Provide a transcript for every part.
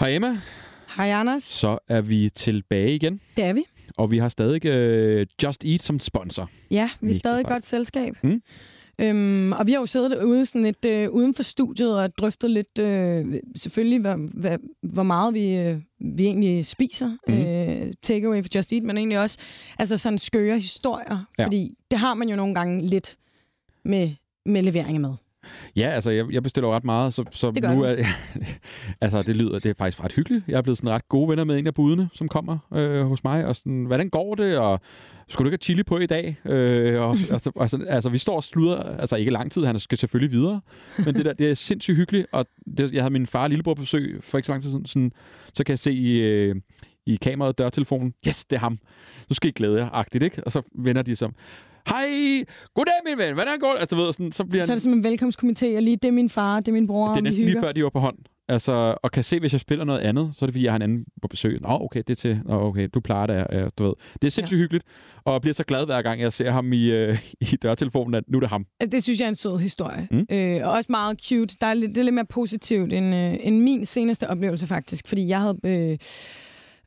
Hej Emma, Hej Anders, så er vi tilbage igen, det er vi. og vi har stadig øh, Just Eat som sponsor. Ja, vi Mega er stadig sejt. et godt selskab. Mm. Øhm, og vi har jo siddet ude sådan lidt, øh, uden for studiet og drøftet lidt, øh, selvfølgelig, hvor, hvor, hvor meget vi, øh, vi egentlig spiser. Mm. Mm. Øh, takeaway for Just Eat, men egentlig også altså sådan skøre historier. Ja. Ja. Fordi det har man jo nogle gange lidt med, med leveringer med. Ja, altså jeg, jeg bestiller jo ret meget, så, så Det gør nu du. er altså det lyder det er faktisk ret hyggeligt. Jeg er blevet sådan ret gode venner med en af budene, som kommer øh, hos mig og sådan hvordan går det og skulle du ikke have chili på i dag? Øh, og, og, så- og sådan, altså vi står og sluder, altså ikke lang tid, han skal selvfølgelig videre, men det der det er sindssygt hyggeligt og det, jeg havde min far og lillebror på besøg for ikke så lang tid siden, sådan, så kan jeg se i, øh, i kameraet dørtelefonen, yes, det er ham. Nu skal I glæde jer, agtigt, ikke? Og så vender de som, hej, goddag min ven, hvordan går det? Altså, du ved, sådan, så bliver Så er han, det som en velkomstkomité, og lige det er min far, det er min bror, det er og vi næsten hygger. lige før, de var på hånd. Altså, og kan se, hvis jeg spiller noget andet, så er det fordi, jeg har en anden på besøg. Nå, okay, det er til. Nå, okay, du plejer det, ja, du ved. Det er sindssygt ja. hyggeligt, og jeg bliver så glad hver gang, jeg ser ham i, øh, i dørtelefonen, at nu er det ham. Altså, Det synes jeg er en sød historie. Mm. Mm. Øh, og også meget cute. Der er lidt, det er lidt mere positivt end, øh, end min seneste oplevelse faktisk. Fordi jeg havde øh,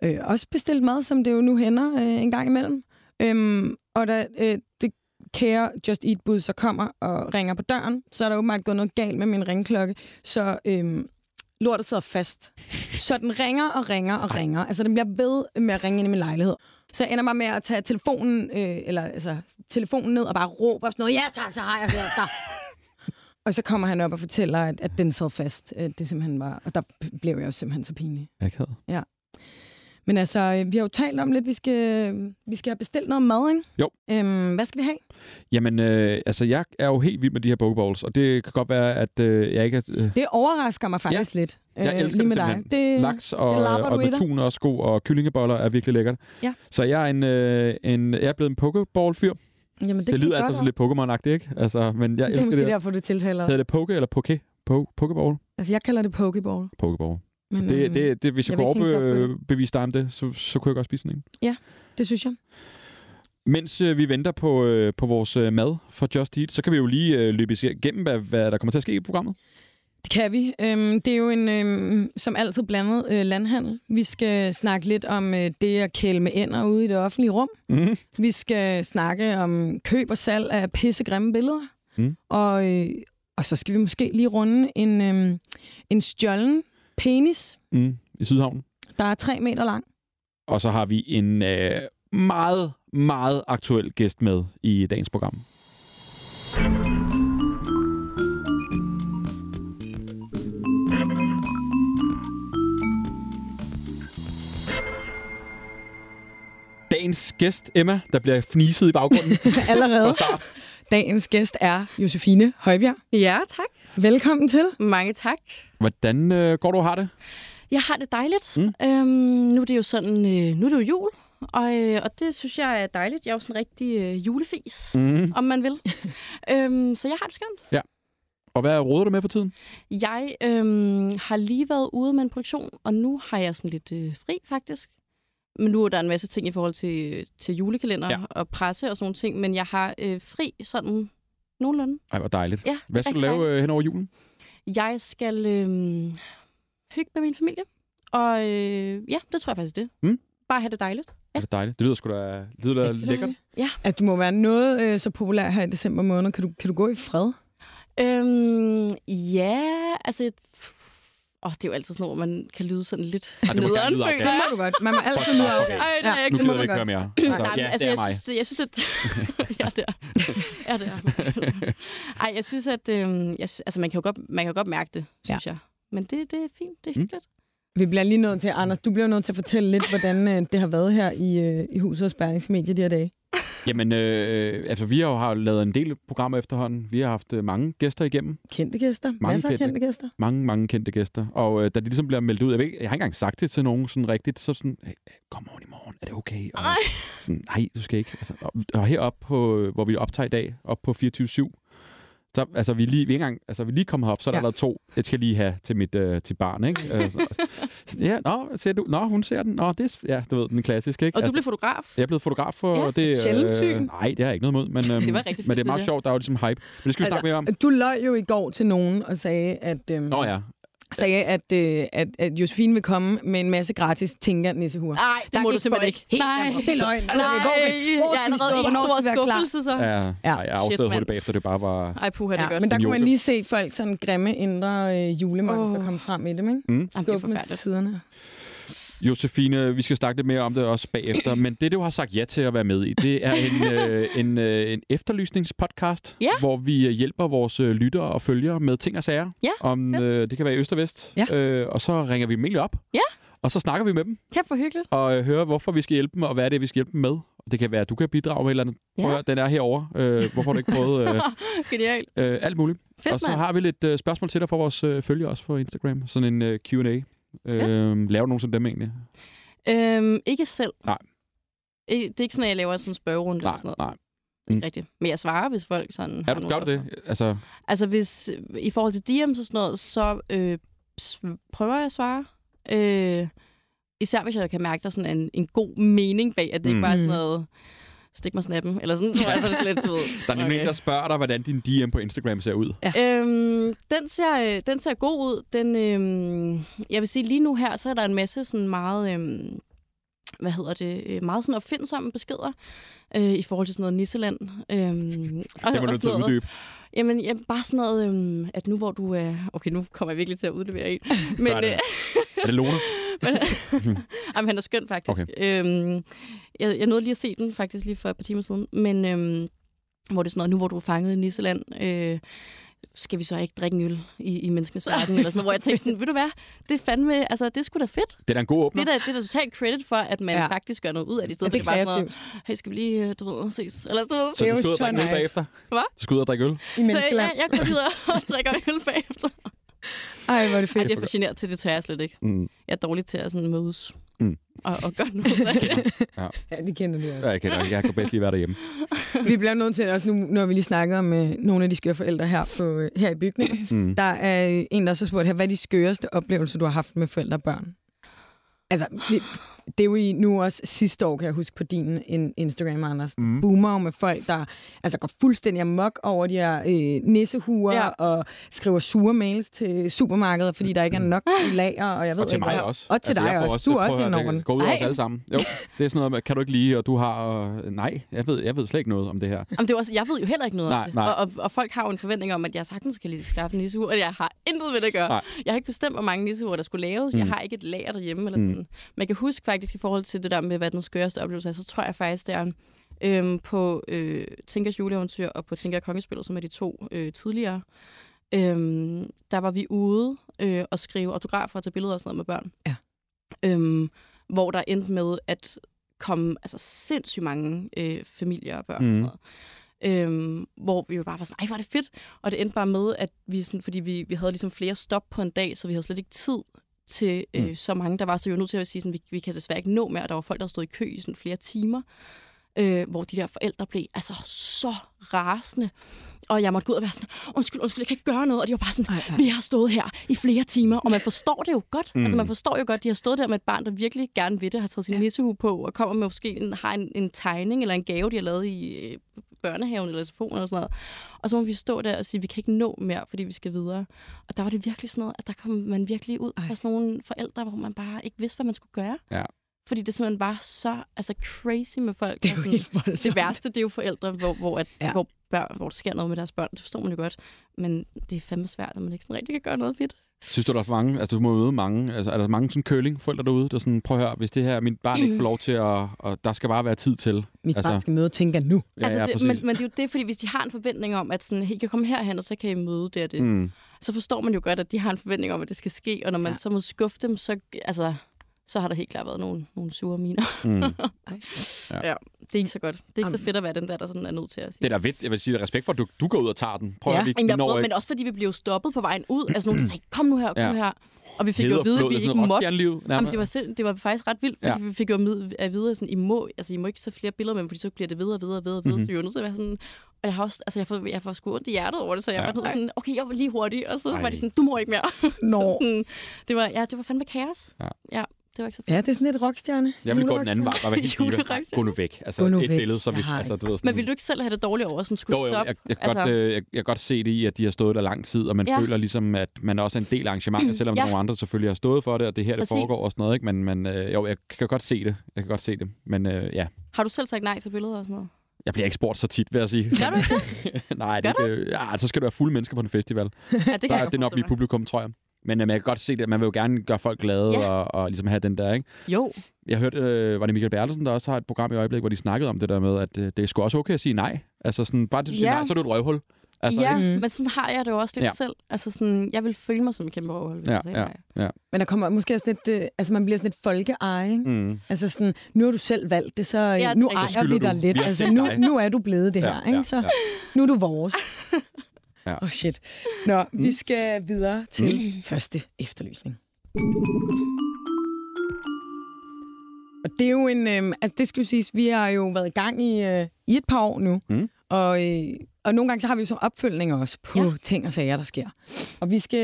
øh, også bestilt mad, som det jo nu hænder øh, en gang imellem. Øhm, og da øh, det kære Just Eat bud så kommer og ringer på døren, så er der åbenbart gået noget galt med min ringklokke. Så øh, lortet sidder fast. Så den ringer og ringer og Ej. ringer. Altså den bliver ved med at ringe ind i min lejlighed. Så jeg ender bare med at tage telefonen, øh, eller, altså, telefonen ned og bare råbe op sådan noget, ja tak, så har jeg hørt dig. og så kommer han op og fortæller, at, at den sad fast. Øh, Det simpelthen var, og der p- blev jeg jo simpelthen så pinlig. Akavet. Men altså, øh, vi har jo talt om lidt, vi skal, vi skal have bestilt noget mad, ikke? Jo. Øhm, hvad skal vi have? Jamen, øh, altså, jeg er jo helt vild med de her pokeballs, og det kan godt være, at øh, jeg ikke er... Øh, Det overrasker mig faktisk ja. lidt. øh, Jeg elsker lige det med dig. Det, laks og, det lapper og, du i dig. med tun og sko og kyllingeboller er virkelig lækkert. Ja. Så jeg er, en, øh, en, jeg er blevet en pokeball-fyr. Det, Jamen, det, det kan lyder vi altså godt sådan lidt Pokémon-agtigt, ikke? Altså, men jeg det er elsker måske det. det. derfor, du tiltaler. Hedder det poke eller poke? Po- pokeball? Altså, jeg kalder det pokeball. Pokeball. Men, Det, øhm, det, det, hvis jeg, jeg jeg vil ikke kunne hænges op på overbevise dig om det, så, så kunne jeg godt spise sådan en. det synes jeg. Mens øh, vi venter på, øh, på vores øh, mad fra Just Eat, så kan vi jo lige øh, løbe igennem, hvad, hvad der kommer til at ske i programmet. Det kan vi. Øhm, det er jo en, øhm, som altid, blandet øh, landhandel. Vi skal snakke lidt om øh, det at kæle med ender ude i det offentlige rum. Mm-hmm. Vi skal snakke om køb og salg af pissegrimme billeder. Mm. Og, øh, og så skal vi måske lige runde en, øhm, en stjålen penis, Mm, I Sydhavnen. der er tre meter lang. Og så har vi en øh, meget, meget aktuel gæst med i dagens program. Dagens gæst, Emma, der bliver fniset i baggrunden. Allerede. Fra start. Dagens gæst er Josefine Højbjerg. Ja, tak. Velkommen til. Mange tak. Hvordan øh, går du og har det? Jeg har det dejligt. Mm. Mm. Øhm, nu er det jo sådan, øh, nu er det jo jul, og, øh, og det synes jeg er dejligt. Jeg er jo sådan en rigtig øh, julefis, mm. om man vil. øhm, så jeg har det skønt. Og hvad råder du med for tiden? Jeg øhm, har lige været ude med en produktion, og nu har jeg sådan lidt øh, fri faktisk. Men nu er der en masse ting i forhold til, til julekalender Ja. ja. og presse og sådan nogle ting, men jeg har øh, fri sådan nogenlunde. Ej, hvor dejligt. Ja, Hvad skal du rigtig lave øh, hen over julen? Jeg skal øh, hygge med min familie. Og øh, ja, det tror jeg faktisk er det. Mm. Bare have det dejligt. Ja. Er det dejligt? Det lyder sgu da, det lyder da lækkert. Altså, du må være noget øh, så populær her i december måned. Kan du, kan du gå i fred? Øhm, ja, altså... et- Åh, det er jo altid sådan, hvor man kan lyde sådan lidt Ej, det må gerne lyde føler Det jeg. må du godt. Man må altid Fuck, nyde okay. afgang. Ej, det er Ja. jeg Nu ikke. Det må gider man vi ikke godt. høre mere. Nej, men ja, altså, det er jeg mig. synes, jeg synes, at... ja, det er. ja, det er. Ej, jeg synes, at... Øhm, jeg synes, altså, man kan, jo godt, man kan jo godt mærke det, synes ja. jeg. Men det, det er fint. Det er Mm. hyggeligt. Vi bliver lige nødt til, Anders, du bliver nødt til at fortælle lidt, hvordan øh, det har været her i, øh, i huset og Berlingske Media de her dage. Jamen, øh, altså, vi har jo har lavet en del programmer efterhånden. Vi har haft øh, mange gæster igennem. Kendte gæster. Mange Masser af kendte. kendte gæster. Mange, mange kendte gæster. Og øh, da de ligesom bliver meldt ud, jeg, ved, ikke- jeg har ikke engang sagt det til nogen sådan rigtigt, så sådan, hey, øh, kom over i morgen, er det okay? Og, Ej. sådan, nej, du skal ikke. Altså, og, og heroppe, på, øh, hvor vi optager i dag, op på 24-7, så, altså, vi er lige, vi er ikke engang, altså, vi er lige kommet herop, så er der Ja. ja. to, jeg skal lige have til mit øh, til barn, ikke? Altså, så- ja, nå, ser du? Nå, hun ser den. Nå, det er, s- ja, du ved, den klassiske, ikke? Altså, Og du blev fotograf. Jeg er blevet fotograf for Ja, det. øh, et sjældent syn. nej, det har jeg ikke noget imod, men, øhm, Det var rigtig fedt, men det er meget synes jeg. sjovt, der er jo ligesom hype. Men det skal vi Altså, snakke mere om. Du løj jo i går til nogen og sagde, at, øhm, Nå ja, sagde, at, øh, at, at Josefine vil komme med en masse gratis tinker nissehuer. Nej, det Der må gik du simpelthen folk ikke. helt Nej, amok. Det er løgn. Nej, Hvor er vi? Hvor jeg er skal vi stå? allerede i en Hvornår stor skal vi være klar? skuffelse, så. Ja, ja. Ej, jeg afslører mand. hurtigt bagefter, det bare var... Ej, puha, det er Ja, godt. men der En kunne man joke. lige se folk sådan grimme indre øh, julemonster Åh. komme frem i dem, ikke? Mm. Jamen, det er Skubbe med forfærdeligt. siderne. Josefine, vi skal snakke lidt mere om det også bagefter, men det, du har sagt ja til at være med i, det er en, øh, en, øh, en efterlysningspodcast, Ja. hvor vi øh, hjælper vores øh, lyttere og følgere med ting og sager. Ja, Om, øh, det kan være i Øst og Vest. Ja. Øh, og så ringer vi dem egentlig op. Ja. Og så snakker vi med dem Kæft for hyggeligt. og øh, hører, hvorfor vi skal hjælpe dem, og hvad det er, vi skal hjælpe dem med. Og det kan være, at du kan bidrage med et eller andet. Ja. Prøv at høre, den er herovre. Øh, hvorfor har du ikke prøvet øh, Genialt. øh, alt muligt? Fedt, og så mand. har vi lidt øh, spørgsmål til dig fra vores øh, følgere også på Instagram. Sådan en øh, Q&A. Øh, laver du nogen som dem egentlig? Øhm, ikke selv. Nej. Ikke, det er ikke sådan, at jeg laver sådan en spørgerunde eller sådan noget. nej. Mm. Ikke rigtigt. Men jeg svarer, hvis folk sådan Er har du, nogle gør du spørgsmål. det? Altså, Altså, hvis, i forhold til DM's og sådan noget, så øh, s- prøver jeg at svare. Øh, især hvis jeg kan mærke, der er sådan en, en god mening bag, at det ikke Mm. bare er sådan Mm. noget, stik mig snappen, eller sådan. Altså, det er sådan lidt, du ved, Der er nemlig okay. en, der spørger dig, hvordan din DM på Instagram ser ud. Øhm, den, ser, øh, den ser god ud. Den, øhm, jeg vil sige, lige nu her, så er der en masse sådan meget... Øhm, hvad hedder det, øh, meget sådan opfindsomme beskeder øh, i forhold til sådan noget Nisseland. Øhm, og, Det var og nødt til at sådan noget. uddybe. Jamen, ja, bare sådan noget, øhm, at nu hvor du er... Okay, nu kommer jeg virkelig til at udlevere en. Men, øh, Gør det. Er det Lone? men, jamen, han er skøn, faktisk. Okay. Øhm, jeg, jeg nåede lige at se den, faktisk, lige for et par timer siden. Men øhm, hvor det er sådan noget, nu hvor du er fanget i Nisseland, øh, skal vi så ikke drikke en øl i, i menneskenes verden? eller sådan noget, hvor jeg tænkte sådan, ved du hvad, det er fandme, altså, det er sgu da fedt. Det er da en god åbner. Det er da, det er da totalt credit for, at man Ja. ja. faktisk gør noget ud af det, i Ja, stedet det er for det er bare sådan kreativt. noget, hey, skal vi lige, øh, du ved, ses? Eller sådan noget. Så Det er du jo skal ud og så drikke øl nice. bagefter? Hvad? Du skal ud og drikke øl? I Så menneskeland. jeg, jeg går ud og drikker øl bagefter. Ej, hvor er det Ej, fedt. det er for generet til, det tør jeg slet ikke. Mm. Jeg er dårlig til at sådan mødes Mm. og, og gøre noget af det. Ja, det kender du også. Ja, jeg kan, jeg kan bedst lige være derhjemme. Vi bliver nødt til, også nu, når vi lige snakker om øh, nogle af de skøre forældre her, på, øh, her i bygningen, Mm. der er øh, en, der så spurgt her, hvad er de skøreste oplevelser, du har haft med forældre og børn? Altså, vi, det er jo i nu også sidste år, kan jeg huske på din in- Instagram, Anders. Mhm. Mm. Boomer jo med folk, der altså, går fuldstændig amok over de her øh, nissehuer ja. Ja. og skriver sure mails til supermarkeder, fordi der ikke er nok i lager, og jeg ved Og til ikke mig hvad. også. Altså, Og til dig jeg får også. Du er prøv at også høre, enorm. Det går ud over os Ej. alle sammen. Jo, det er sådan noget med, kan du ikke lide, og du har... Og, nej, jeg ved, jeg ved slet ikke noget om det her. Jamen, det er også, jeg ved jo heller ikke noget Nej, om det. nej. Og, og, og, folk har jo en forventning om, at jeg sagtens kan lige skaffe en nissehue, og jeg har intet med det at gøre. Nej. Jeg har ikke bestemt, hvor mange nissehuer, der skulle laves. Mm. Jeg har ikke et lager derhjemme. Eller sådan. Mm. Man kan huske faktisk i forhold til det der med, hvad den skøreste oplevelse er, så tror jeg faktisk, det er øhm, på øh, Tinkers juleeventyr og på Tinker Kongespillet, som er de to øh, tidligere. Øhm, der var vi ude øh, og skrive autografer og tage billeder og sådan noget med børn. Ja. Øhm, hvor der endte med at komme altså, sindssygt mange øh, familier og børn. Mhm. Mm. Og sådan noget. Øhm, hvor vi jo bare var sådan, ej, hvor er det fedt. Og det endte bare med, at vi sådan, fordi vi, vi havde ligesom flere stop på en dag, så vi havde slet ikke tid til øh, Mm. så mange, der var. Så vi var nødt til at sige, sådan, vi, vi kan desværre ikke nå mere. Og der var folk, der stod i kø i sådan flere timer, øh, hvor de der forældre blev altså så rasende. Og jeg måtte gå ud og være sådan, undskyld, undskyld, jeg kan ikke gøre noget. Og de var bare sådan, Ej, ej. vi har stået her i flere timer, og man forstår det jo godt. Mm. Altså man forstår jo godt, de har stået der med et barn, der virkelig gerne vil det, har taget sin nissehue på, og kommer med måske en, har en, en tegning eller en gave, de har lavet i øh, børnehaven eller telefonen eller sådan noget. Og så må vi stå der og sige, vi kan ikke nå mere, fordi vi skal videre. Og der var det virkelig sådan noget, at der kom man virkelig ud Ej. fra sådan nogle forældre, hvor man bare ikke vidste, hvad man skulle gøre. Ja. Fordi det simpelthen var så altså, crazy med folk. Det er og jo sådan- helt Altså- voldsomt. det værste, det er jo forældre, hvor, hvor, at, Ja. ja. hvor, børn, hvor der sker noget med deres børn. Det forstår man jo godt. Men det er fandme svært, at man ikke sådan rigtig kan gøre noget ved det. Synes du, der er for mange? Altså, du må møde mange. Altså, er der mange sådan curlingforældre derude, der sådan, prøv at høre, hvis det her, min barn ikke får lov til at... Og der skal bare være tid til. Mit Altså- altså, barn skal møde og tænke nu. Ja, altså, ja, det, præcis. men, men det er jo det, fordi hvis de har en forventning om, at sådan, hey, I kan komme herhen, og så kan I møde det og det, mm. Mm. så forstår man jo godt, at de har en forventning om, at det skal ske. Og når man Ja. ja. så må skuffe dem, så, altså, så har der helt klart været nogle, nogle sure miner. Mm. Det er ikke så godt. Det er ikke Jamen. så fedt at være den der, der sådan er nødt til at sige. Det er da vigtigt. Jeg vil sige, respekt for, at du, du går ud og tager den. Prøv at Ja, høre, vi, Jamen, vi jeg når prøvede, ikke men også fordi vi blev stoppet på vejen ud. Altså nogen, der sagde, kom nu her, kom Ja. ja. nu her. Og altså, vi fik jo at vide, at vi ikke måtte. Jamen, det, var sind, det var faktisk ret vildt, fordi ja. vi fik jo at mid- at vide, at sådan, I, må, altså, I må ikke tage flere billeder med dem, fordi så bliver det videre og videre og videre, Mhm. mm-hmm. så vi var nødt til at være sådan... Og jeg har også, altså jeg får, jeg får sgu ondt i hjertet over det, så jeg Ja. ja. var nødt til sådan, okay, jeg var lige hurtig, og så Ej. Ej. var de sådan, du må ikke mere. Nå. så sådan, det var, ja, det var fandme kaos. Ja. ja Det var ikke så fedt. Ja, det er sådan lidt rockstjerne. Jeg vil gå den anden vej. Bare være helt Julerockstjerne. ligeglad. Gå nu væk. Altså, Gå nu et væk. billede, så vi... Jeg har Altså, ikke- du ved, sådan, Men ville du ikke selv have det dårligt over, at sådan skulle jo, jo, jeg, stoppe? jeg, jeg, kan altså, godt, øh, jeg, jeg kan godt se det i, at de har stået der lang tid, og man Ja. ja. føler ligesom, at man også er en del af arrangementet, selvom Ja. ja. nogle andre selvfølgelig har stået for det, og det er her, det Præcis. foregår og sådan noget. Ikke? Men, men øh, jo, jeg kan godt se det. Jeg kan godt se det. Men øh, ja, Har du selv sagt nej til billeder og sådan noget? jeg bliver ikke spurgt så tit, vil jeg sige. Gør du ikke det? Nej, Gør det, det, ja, så skal du være fulde mennesker på en festival. Ja, det kan der jeg er godt det nok mit forestille publikum, tror jeg. Men øhm, jeg kan godt se det, at man vil jo gerne gøre folk glade Ja. ja. og, og ligesom have den der, ikke? mig. Jo, Jeg hørte, øh, var det Michael Bertelsen, der også har et program i øjeblikket, hvor de snakkede om det der med, at øh, det er sgu også okay at sige nej. Altså sådan, bare det, du siger Ja. nej, så er du et røvhul. Altså, altså, ja, ikke? ikke- men sådan har jeg det jo også lidt Ja. selv. Altså sådan, jeg vil føle mig som en kæmpe overhold, hvis Ja, jeg sagde ja. nej. Men der kommer måske også lidt, øh, altså man bliver sådan lidt folkeeje, ikke? Mm. Altså sådan, nu har du selv valgt det, så øh, Ja, nu det er rigtigt. Så ejer vi skylder dig du. lidt. Vi har Altså set nu, dig. nu er du blevet det Ja, her, ikke? ja, Så ja. nu er du vores. Åh Ja. oh, shit. Nå, mm. vi skal videre til mm. første efterlysning. Og det er jo en, øh, altså det skal jo siges, vi har jo været i gang i, øh, i et par år nu. Mm. Og, øh, og nogle gange så har vi jo så opfølgning også på ja. Ja. ting og sager, der sker. Og vi skal,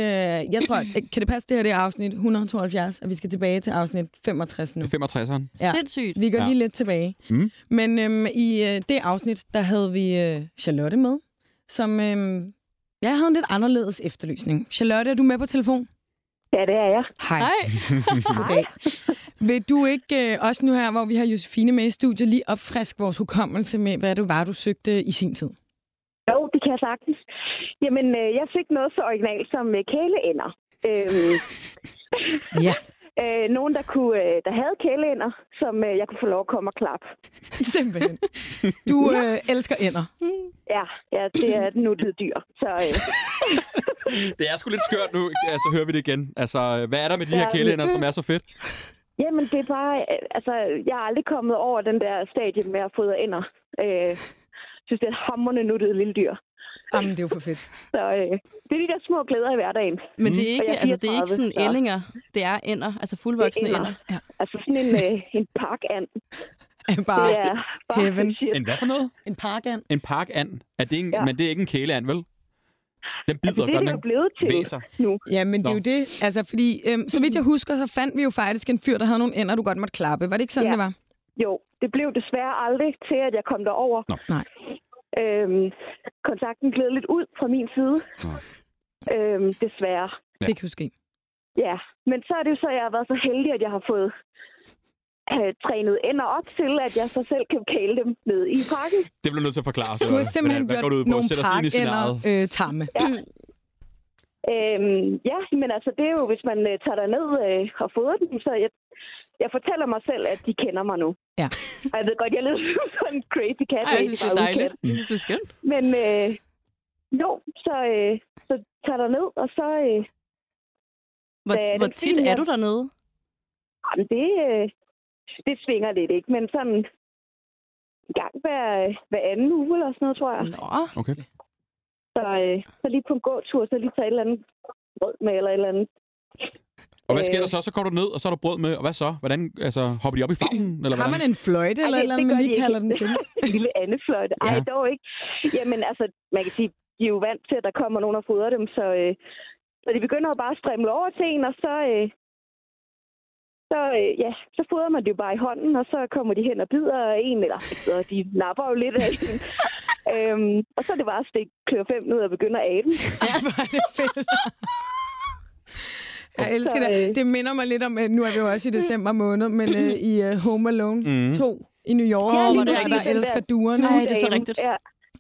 jeg tror, at- kan det passe, det her det er afsnit 172, og vi skal tilbage til afsnit 65 nu. Det er 65'eren. Ja. Sindssygt. Vi går ja. Ja. lige lidt tilbage. Mm. Men øhm, i øh, det afsnit, der havde vi øh, Charlotte med, som øhm, jeg havde en lidt anderledes efterlysning. Charlotte, er du med på telefon? Ja, det er jeg. Hej. Nej, Goddag. Vil du ikke, øh, også nu her, hvor vi har Josefine med i studiet, lige opfriske vores hukommelse med, hvad det var, du søgte i sin tid? Jo, det kan jeg sagtens. Jamen, øh, jeg fik noget så originalt som øh, kæleænder. Øhm, Ja, øh, nogen, der, kunne, øh, der havde kæleænder, som øh, jeg kunne få lov at komme og klappe. simpelthen. Du øh, elsker ender. Ja, ja det er et nuttet dyr. Så øh, Det er sgu lidt skørt nu, ja, så hører vi det igen. Altså, hvad er der med de her Ja. kæleænder, som er så fedt? jamen, det er bare... Øh, altså, jeg er aldrig kommet over den der stadie med at fodre ænder. Øh, jeg synes, det er et hammerende nuttet lille dyr. Jamen, det er jo for fedt. Så øh, det er de der små glæder i hverdagen. men Mm. det er Og jeg ikke, er altså, det er ikke 34, sådan så- ællinger. Det er ænder, altså fuldvoksne Det er ænder. Altså sådan en, øh, en parkand. Bare Det er bare Ah, Heaven. shit. En hvad for noget? en parkand. En parkand. Er det en, Ja. ja. Men det er ikke en kæleand, vel? Den Altså, bider det er godt det jo nok. blevet til Væser. nu. Ja, men det er Nå. jo det. Altså, fordi, øhm, så vidt jeg husker, så fandt vi jo faktisk en fyr, der havde nogle ender, du godt måtte klappe. Var det ikke sådan, Ja. det var? Jo, det blev desværre aldrig til, at jeg kom derover. Nå. Nej. Øhm, kontakten gled lidt ud fra min side. Nå. Øhm, desværre. Ja. Det kan jo ske. Ja, men så er det jo så, at jeg har været så heldig, at jeg har fået øh, trænet ender op til, at jeg så selv kan kæle dem ned i pakken. Det bliver du nødt til at forklare. Du har Charlotte. simpelthen Hvad- hvad går du ud gjort på? nogle Sæt os ind i parkender scenariet. øh, tamme. Øhm, ja, men altså, det er jo, hvis man øh, tager ned øh, og fodrer dem, så jeg, jeg fortæller mig selv, at de kender mig nu. Ja. Og jeg ved godt, jeg lyder som sådan en crazy cat. Ej, jeg lady, synes, det bare er dejligt. ukendt. Jeg synes, det er skønt. Men øh, jo, så, øh, så tager der ned, og så... Øh, Hvor, Hvad er det hvor for tit en, er jeg- du dernede? jamen, det, øh, det svinger lidt, ikke? Men sådan en gang hver, hver anden uge eller sådan noget, tror Mm. jeg. Nå, Okay. Så, øh, så lige på en gåtur, så lige tage et eller andet brød med, eller et eller andet. Og hvad sker Øh. der så? Så går du ned, og så er der brød med, og hvad så? Hvordan, altså, hopper de op i favnen? Eller Har man hvordan? en fløjte eller Ej, et eller det- det andet, man gør lige de kalder den ikke. til? En lille andefløjte. Ej, Ja. ja. dog ikke. Jamen, altså, man kan sige, de er jo vant til, at der kommer nogen og fodrer dem, så, øh, så de begynder jo bare at strimle over til en, og så... Øh, så, øh, ja, så fodrer man det jo bare i hånden, og så kommer de hen og bider en, eller ikke bider, de napper jo lidt af en. øhm, og så er det bare at stikke klør fem ud og begynde at abe. Ej, hvor er det fedt. Jeg elsker det. Det minder mig lidt om, øh, nu er vi jo også i december måned, men øh, i øh, Home Alone Mhm. 2 i New York, Ja, lige hvor der, præcis. der Den der- elsker duerne. Ej, det er så Aben, rigtigt. Ja,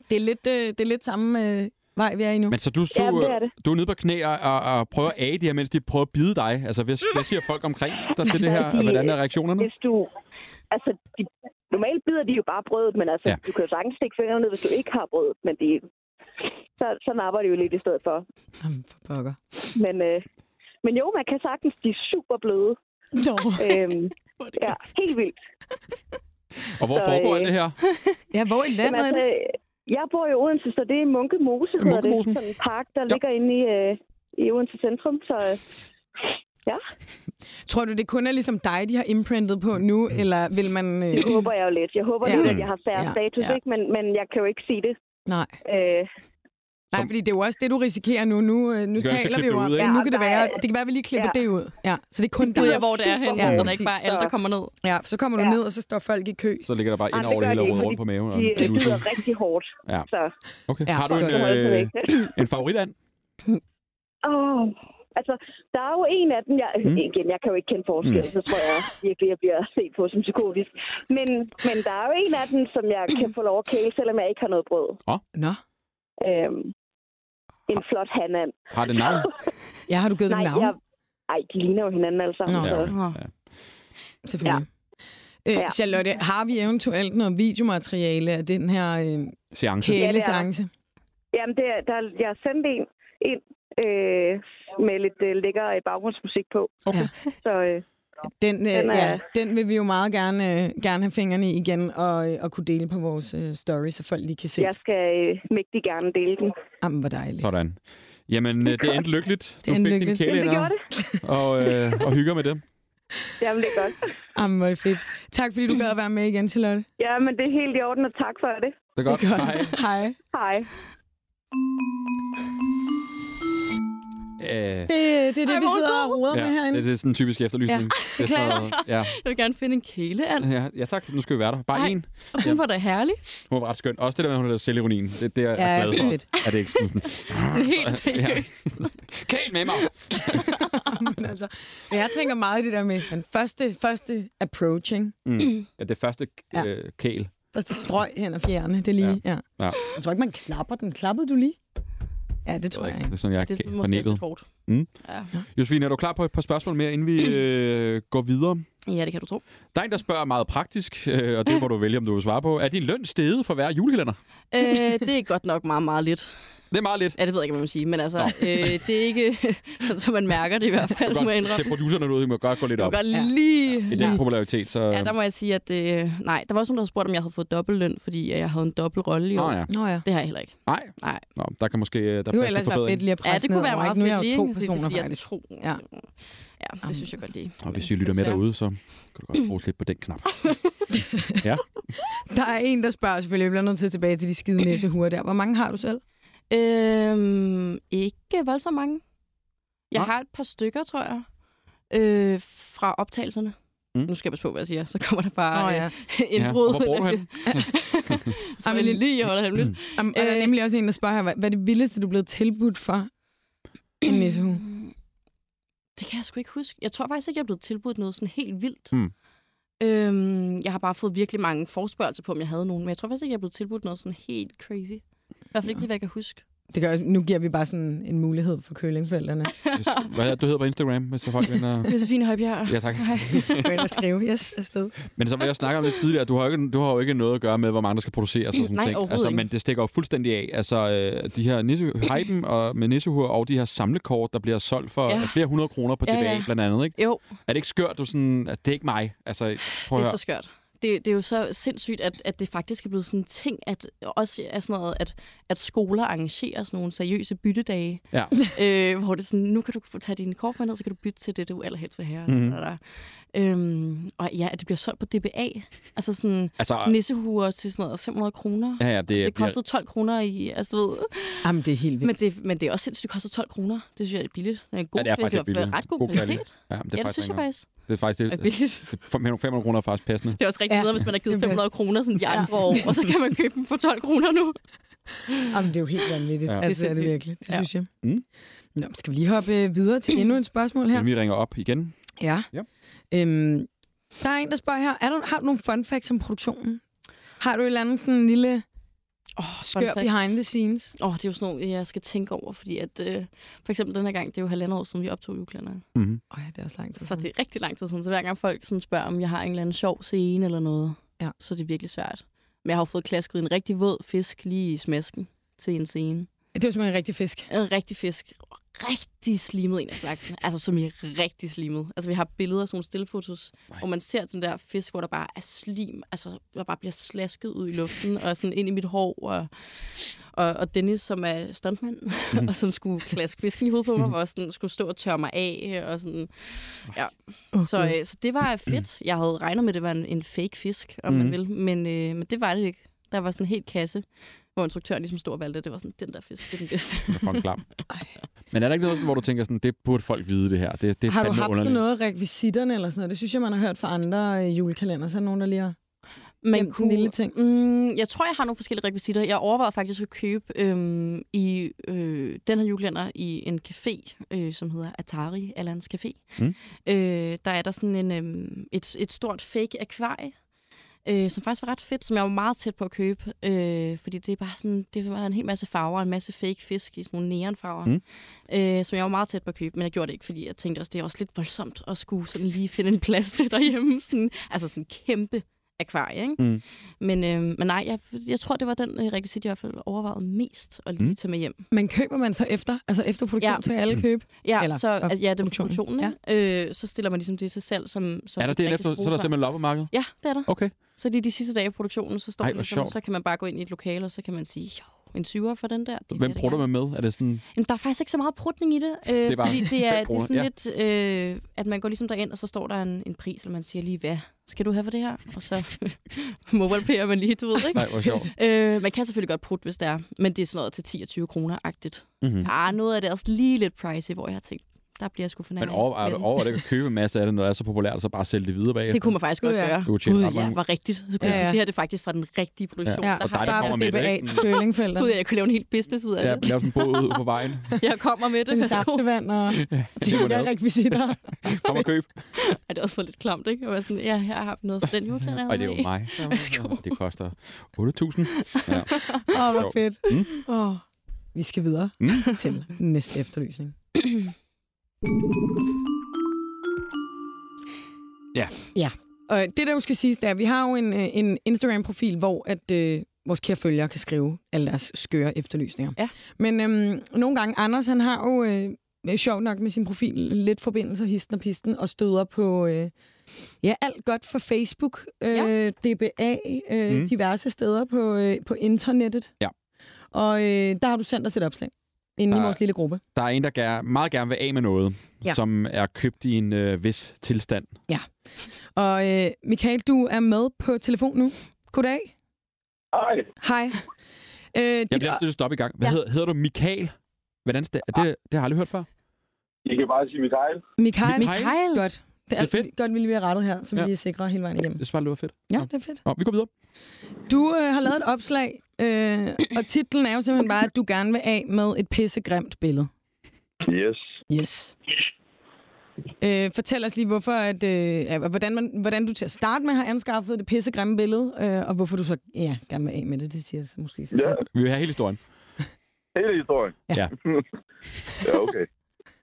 Det er lidt, øh, det er lidt samme øh, vej, vi er i nu. Men så du, så, Ja, det er øh, det. du er nede på knæ og, og, og prøver at age de her, mens de prøver at bide dig. Altså, hvad, hvad siger folk omkring dig til det her? Og hvordan er reaktionerne? hvis du... Altså, de, normalt bider de jo bare brødet, men altså, ja. Ja. du kan jo sagtens stikke fingrene ned, hvis du ikke har brød, men de, så, så napper de jo lidt i stedet for. Jamen, for pokker. Men, øh, men jo, man kan sagtens, de er super bløde. Nå. Øhm, hvor er det ja, helt vildt. Og hvor så, foregår øh, alt det her? Ja, hvor i Jamen, landet er altså, det? jeg bor i Odense, så det er Munke Mose, hedder det. Munkemosen. Sådan en park, der ligger inde i, øh, i Odense Centrum. Så øh, altså- Tror du, det kun er ligesom dig, de har imprintet på nu, Mm. eller vil man... Øh, det håber jeg jo lidt. Jeg håber Ja. ja. lidt, at jeg har færre Ja, ja. status, ja. ja. ikke? Men, men jeg kan jo ikke sige det. nej. Øh, Nej, Som- fordi det er jo også det, du risikerer nu. Nu, øh, nu kan også taler vi klippe jo det om ud, det. ikke? Nu kan det Ja, være, nej. det kan være, at vi lige klipper Ja. det ud. Ja, så det er kun Ud af, dig. hvor det er henne, Ja, ja, så der ikke præcis. bare er alle, der kommer ned. Ja, så kommer du Ja. ned, og så står folk i kø. Så ligger der bare ind Jamen, over det det hele gør og de ruder ikke, rundt på maven. Og De tusser. øh, bider rigtig hårdt. Ja. Så okay. Ja, Har du godt. en, så holder øh, øh... en favoritand? Åh, altså, der er jo en af dem, jeg, Mm. mm. igen, jeg kan jo ikke kende forskel, Mm. mm. så tror jeg virkelig, jeg bliver set på som psykotisk. Men, men der er jo en af dem, som jeg kan få lov at kæle, selvom jeg ikke har noget brød. Nå, Øhm, en flot hanan. Har det navn? ja, har du givet dem navn? jeg, ej, de ligner jo hinanden alle sammen. Nå. så. okay. ja. Selvfølgelig. Ja. Øh, Ja. Charlotte, har vi eventuelt noget videomateriale af den her øh, Seance. kæleseance? Jamen, det er, der, er- jeg har sendt en ind øh, med lidt øh, lækker øh, baggrundsmusik på. Okay. Så øh, Den, øh, Den er- ja, den vil vi jo meget gerne, øh, gerne have fingrene i igen og, øh, og kunne dele på vores øh, story, så folk lige kan se. jeg skal øh, mægtig gerne dele den. Jamen, hvor dejligt. Sådan. Jamen, øh, det endte lykkeligt. Det endte du fik lykkeligt. din Jamen, det gjorde kæleænder det. og, øh, og hygger med dem. Jamen, det er godt. Jamen, hvor er det fedt. Tak, fordi du gad at være med igen, Charlotte. Jamen, det er helt i orden, og tak for det. Det er godt. Det er godt. Hej. Hej. Hej. Øh, Det, det er det, Ej, vi hvor sidder og sød. roder med ja, herinde. det, det er sådan en typisk efterlysning. Ja, Beklager. ja. Jeg vil gerne finde en kæleand. Ja, ja, tak. Nu skal vi være der. Bare Ej. en. Og hun var da herlig. Hun var ret skøn. Også det der med, at hun lavede selvironien. Det, det er jeg Ja, glad det er for. fedt. Er det ikke sådan? Sådan helt seriøst. Kæl med mig! Men altså, men jeg tænker meget i det der med sådan, første, første approaching. Mm. Ja, det første Ja. øh, kæl. Første strøg hen og fjerne. Det er lige, ja. Ja. Jeg tror ikke, man klapper den. Klappede du lige? Ja, det tror jeg ikke. Det er sådan, jeg Det er er måske også fornæbet. lidt hårdt. Mm. Ja. Josefine, er du klar på et par spørgsmål mere, inden vi øh, går videre? ja, det kan du tro. Der er en, der spørger meget praktisk, øh, og det må du vælge, om du vil svare på. Er din løn steget for hver julekalender? Øh, det er godt nok meget, meget lidt. Det er meget lidt. Ja, det ved jeg ikke, hvad man siger, men altså, øh, det er ikke, sådan, så man mærker det i hvert fald, må jeg Godt, indrømme. til producerne derude, I må godt gå lidt Jeg op. vil godt Ja. lige... I den popularitet, så... Ja, der må jeg sige, at øh, nej, der var også nogen, der havde spurgt, om jeg havde fået dobbeltløn, fordi øh, jeg havde en dobbelt rolle i år. Nå, ja. Nå ja. Det har jeg heller ikke. Nej. Nej. Nå, der kan måske... øh, Der Det er kunne plads til ellers være fedt forbedring. lige at Ja, presse det kunne ned være over, meget ikke? Nu er fedt jeg lige, jo to ikke? personer, Så det, er, fordi faktisk. Jeg er Ja. to. Ja, det synes jeg godt lige. Altså, Og hvis I lytter med Desværre. derude, så kan du godt bruge lidt på den knap. ja. Der er en, der spørger selvfølgelig, jeg bliver nødt til tilbage til de skide næsehure der. Hvor mange har du selv? Øhm, ikke voldsomt mange. Jeg Nå. har et par stykker, tror jeg, øh, fra optagelserne. Mm. Mm. Nu skal jeg passe på, hvad jeg siger. Så kommer der bare Nå oh, ja. ja. indbrud. Ja, hvor bruger du henne? så er Ej, men det lige holder hemmeligt. Om, og der er Øh. nemlig også en, der spørger her, hvad, hvad er det vildeste, du er blevet tilbudt for en næsehue? Det kan jeg sgu ikke huske. Jeg tror faktisk ikke, jeg er blevet tilbudt noget sådan helt vildt. Mm. Øhm, jeg har bare fået virkelig mange forspørgelser på, om jeg havde nogen. Men jeg tror faktisk ikke, jeg er blevet tilbudt noget sådan helt crazy. I hvert fald ikke lige, hvad jeg kan huske. Det gør, nu giver vi bare sådan en mulighed for kølingforældrene. Hvis, hvad er det, du hedder på Instagram, hvis så folk vinder... Josefine Højbjerg. Ja, tak. Gå ind og skrive, yes, afsted. Men som jeg snakker om lidt tidligere, du har, jo ikke, du har jo ikke noget at gøre med, hvor mange der skal producere. Sådan nogle Nej, ting. overhovedet altså, ikke. Men det stikker jo fuldstændig af. Altså, øh, de her nisse, hypen og, med nissehure og de her samlekort, der bliver solgt for ja. Ja. flere hundrede kroner på DBA, Ja, ja, ja. ja. blandt andet. Ikke? Jo, Er det ikke skørt, du sådan, at det er ikke mig? Altså, prøv at det er høre. så skørt. Det, det er jo så sindssygt, at, at det faktisk er blevet sådan en ting, at også er sådan noget, at, at skoler arrangerer sådan nogle seriøse byttedage, Ja. øh, hvor det er sådan, nu kan du få tage dine kort med ned, så kan du bytte til det, du allerhelst vil have. Mhm. Mm-hmm. Øhm, og ja, at det bliver solgt på DBA. Altså sådan Altså, nissehuer til sådan noget 500 kroner. ja, ja, det, Det kostede 12 kroner i, altså du ved. Jamen, det er helt vildt. Men det, men det er også sindssygt, det koster 12 kroner. Det synes jeg er billigt. Det er en god Ja, det er faktisk kvalitet, lidt billigt. og ret god, God kvalitet. kvalitet. Ja, men det, er ja, det faktisk synes jeg ikke engang- faktisk Det er faktisk er det, billigt. det- 500 kroner er faktisk passende. Det er også rigtig Ja. ja. videre, hvis man har givet Det er 500 kroner sådan de Ja. andre år, og så kan man købe dem for 12 kroner nu. Jamen, det er jo helt vanvittigt. Ja. Ja. Altså, det er det sindssygt. virkelig. Det Ja. Mm. synes jeg. Mm. Nå, skal vi lige hoppe øh, videre til endnu et spørgsmål her? Inden vi ringer op igen. Ja. Ja. Øhm, der er en, der spørger her, er du, har du nogle fun facts om produktionen? Har du et eller andet sådan lille Oh, skør behind the scenes? Åh, oh, det er jo sådan noget, jeg skal tænke over, fordi at, øh, for eksempel den her gang, det er jo halvandet år siden, vi optog juleklænderne. Mm-hmm. Øj, det er også lang tid Så det siden. er rigtig lang tid siden, så hver gang folk sådan spørger, om jeg har en eller anden sjov scene eller noget, Ja. så er det virkelig svært. Men jeg har jo fået klasket en rigtig våd fisk lige i smæsken til en scene. Det er jo simpelthen en rigtig fisk. En rigtig fisk. Rigtig slimet en af slagsen. Altså, som i rigtig slimet. Altså, vi har billeder af sådan nogle stillefotos, Nej. hvor man ser den der fisk, hvor der bare er slim. Altså, der bare bliver slasket ud i luften, og sådan ind i mit hår. Og, og, og Dennis, som er stuntmand, Mhm. og som skulle klaske fisken i hovedet på mig, hvor sådan skulle stå og tørre mig af. Og sådan. Oh, Så, øh, så det var fedt. Jeg havde regnet med, at det var en, en fake fisk, om mm. Mhm. man vil. Men, øh, men det var det ikke. Der var sådan en helt kasse hvor instruktøren ligesom stod og valgte, at det var sådan, den der fisk, det er den bedste. Den er fucking klam. Men er der ikke noget, hvor du tænker sådan, det burde folk vide det her? Det, det er Har du fandme haft sådan underligt. noget rekvisitterne eller sådan noget? Det synes jeg, man har hørt fra andre øh, julekalender. Så er der nogen, der lige har... Man Jamen, den lille ting. Mm, jeg tror, jeg har nogle forskellige rekvisitter. Jeg overvejede faktisk at købe øhm, i øh, den her julekalender i en café, øh, som hedder Atari Allans Café. Mm. Øh, der er der sådan en, øhm, et, et stort fake akvarie, øh, som faktisk var ret fedt, som jeg var meget tæt på at købe. Øh, fordi det er bare sådan, det var en hel masse farver, en masse fake fisk i sådan nogle neonfarver, Mm. mm. øh, som jeg var meget tæt på at købe, men jeg gjorde det ikke, fordi jeg tænkte også, det er også lidt voldsomt at skulle sådan lige finde en plads til derhjemme. Sådan, altså sådan en kæmpe akvarie, ikke? Mm. Men, øh, men nej, jeg, jeg tror, det var den øh, rekvisit, jeg i hvert fald overvejede mest at lige Mm. mm. tage med hjem. Men køber man så efter? Altså efter produktion, Ja. ja. så kan alle købe? Ja, Eller Eller, så, op- altså, ja, det er produktionen. produktionen, ja. Øh, så stiller man ligesom det til salg, som, som Er der et det rigtigt efter, så er der brugsvar. simpelthen loppemarked? Ja, det er der. Okay. Så det er de sidste dage af produktionen, så står Ej, Ej, hvor ligesom, sjovt. så kan man bare gå ind i et lokale, og så kan man sige, jo, en syver for den der. Det Hvem vil jeg da prutter gerne." man med? Er det sådan... Jamen, der er faktisk ikke så meget prutning i det, øh, er det bare fordi det er, fem det er sådan kroner, lidt, øh, at man går ligesom derind, og så står der en, en pris, og man siger lige, hvad skal du have for det her? Og så mobileperer man lige, du ved, ikke? Nej, hvor sjovt. Øh, man kan selvfølgelig godt prutte, hvis det er, men det er sådan noget til 10-20 kroner-agtigt. Mm-hmm. Ah, noget af det er også lige lidt pricey, hvor jeg har tænkt, der bliver jeg sgu for Men overvejer du over det at købe en masse af det, når det er så populært, og så bare sælge det videre bagefter? Det kunne man faktisk godt Gud, ja. gøre. Du kunne tjene ret Gud, ja, mange- var rigtigt. Så kunne Ja, jeg sige, ja. det her det er faktisk fra den rigtige produktion. Ja, Der og har dig, der jeg- kommer med det, DBA ikke? til Døllingfelter. Gud, jeg kunne lave en helt business ud af Ja, det. lave sådan en båd ud på vejen. Jeg kommer med det. Lidt saftevand og limonade. ja, rekvisitter. Kom og køb. Ej, det er også for lidt klamt, ikke? Jeg var sådan, ja, her har vi noget for den juleklæder. Og det er jo mig. Værsgo. Det koster 8.000. Ja. Åh, oh, hvor Sjovt. fedt. Mm. Oh. Vi skal videre Mm. mm. til næste efterlysning. Ja. Ja. Og det, der jo skal siges, det er, at vi har jo en, øh, en Instagram-profil, hvor at, øh, vores kære følgere kan skrive alle deres skøre efterlysninger. Ja. Men øhm, nogle gange, Anders, han har jo øh, sjovt nok med sin profil lidt forbindelser, histen og pisten, og støder på... Øh, Ja, alt godt for Facebook, øh, Ja. DBA, øh, Mm. mm. diverse steder på, øh, på internettet. Ja. Og øh, der har du sendt os et opslag inde Der- i vores lille gruppe. Der er en, der gerne, meget gerne vil af med noget, ja. Ja. som er købt i en øh, vis tilstand. Og øh, Michael, du er med på telefon nu. Goddag. Hej. Hej. Øh, Jeg dit, bliver nødt til at stoppe i gang. Hvad ja. Ja. hedder, hedder du Michael? Hvordan sta- det, det har jeg aldrig hørt før. I kan bare sige Michael. Michael, Michael. Michael. Godt. Det er, Det er fedt. godt, vi lige bliver rettet her, så Ja. ja. vi er sikre hele vejen igennem. Jeg synes bare, det var fedt. Ja, det er fedt. Nå, vi går videre. Du øh, har lavet et opslag, øh, og titlen er jo simpelthen bare, at du gerne vil af med et pissegrimt billede. Yes. Yes. Øh, fortæl os lige, hvorfor at, øh, ja, hvordan, man, hvordan du til at starte med har anskaffet det pissegrimme billede, øh, og hvorfor du så ja, gerne vil af med det, det siger så måske sig Ja, selv. Vi vil have hele historien. hele historien. Ja. ja, okay.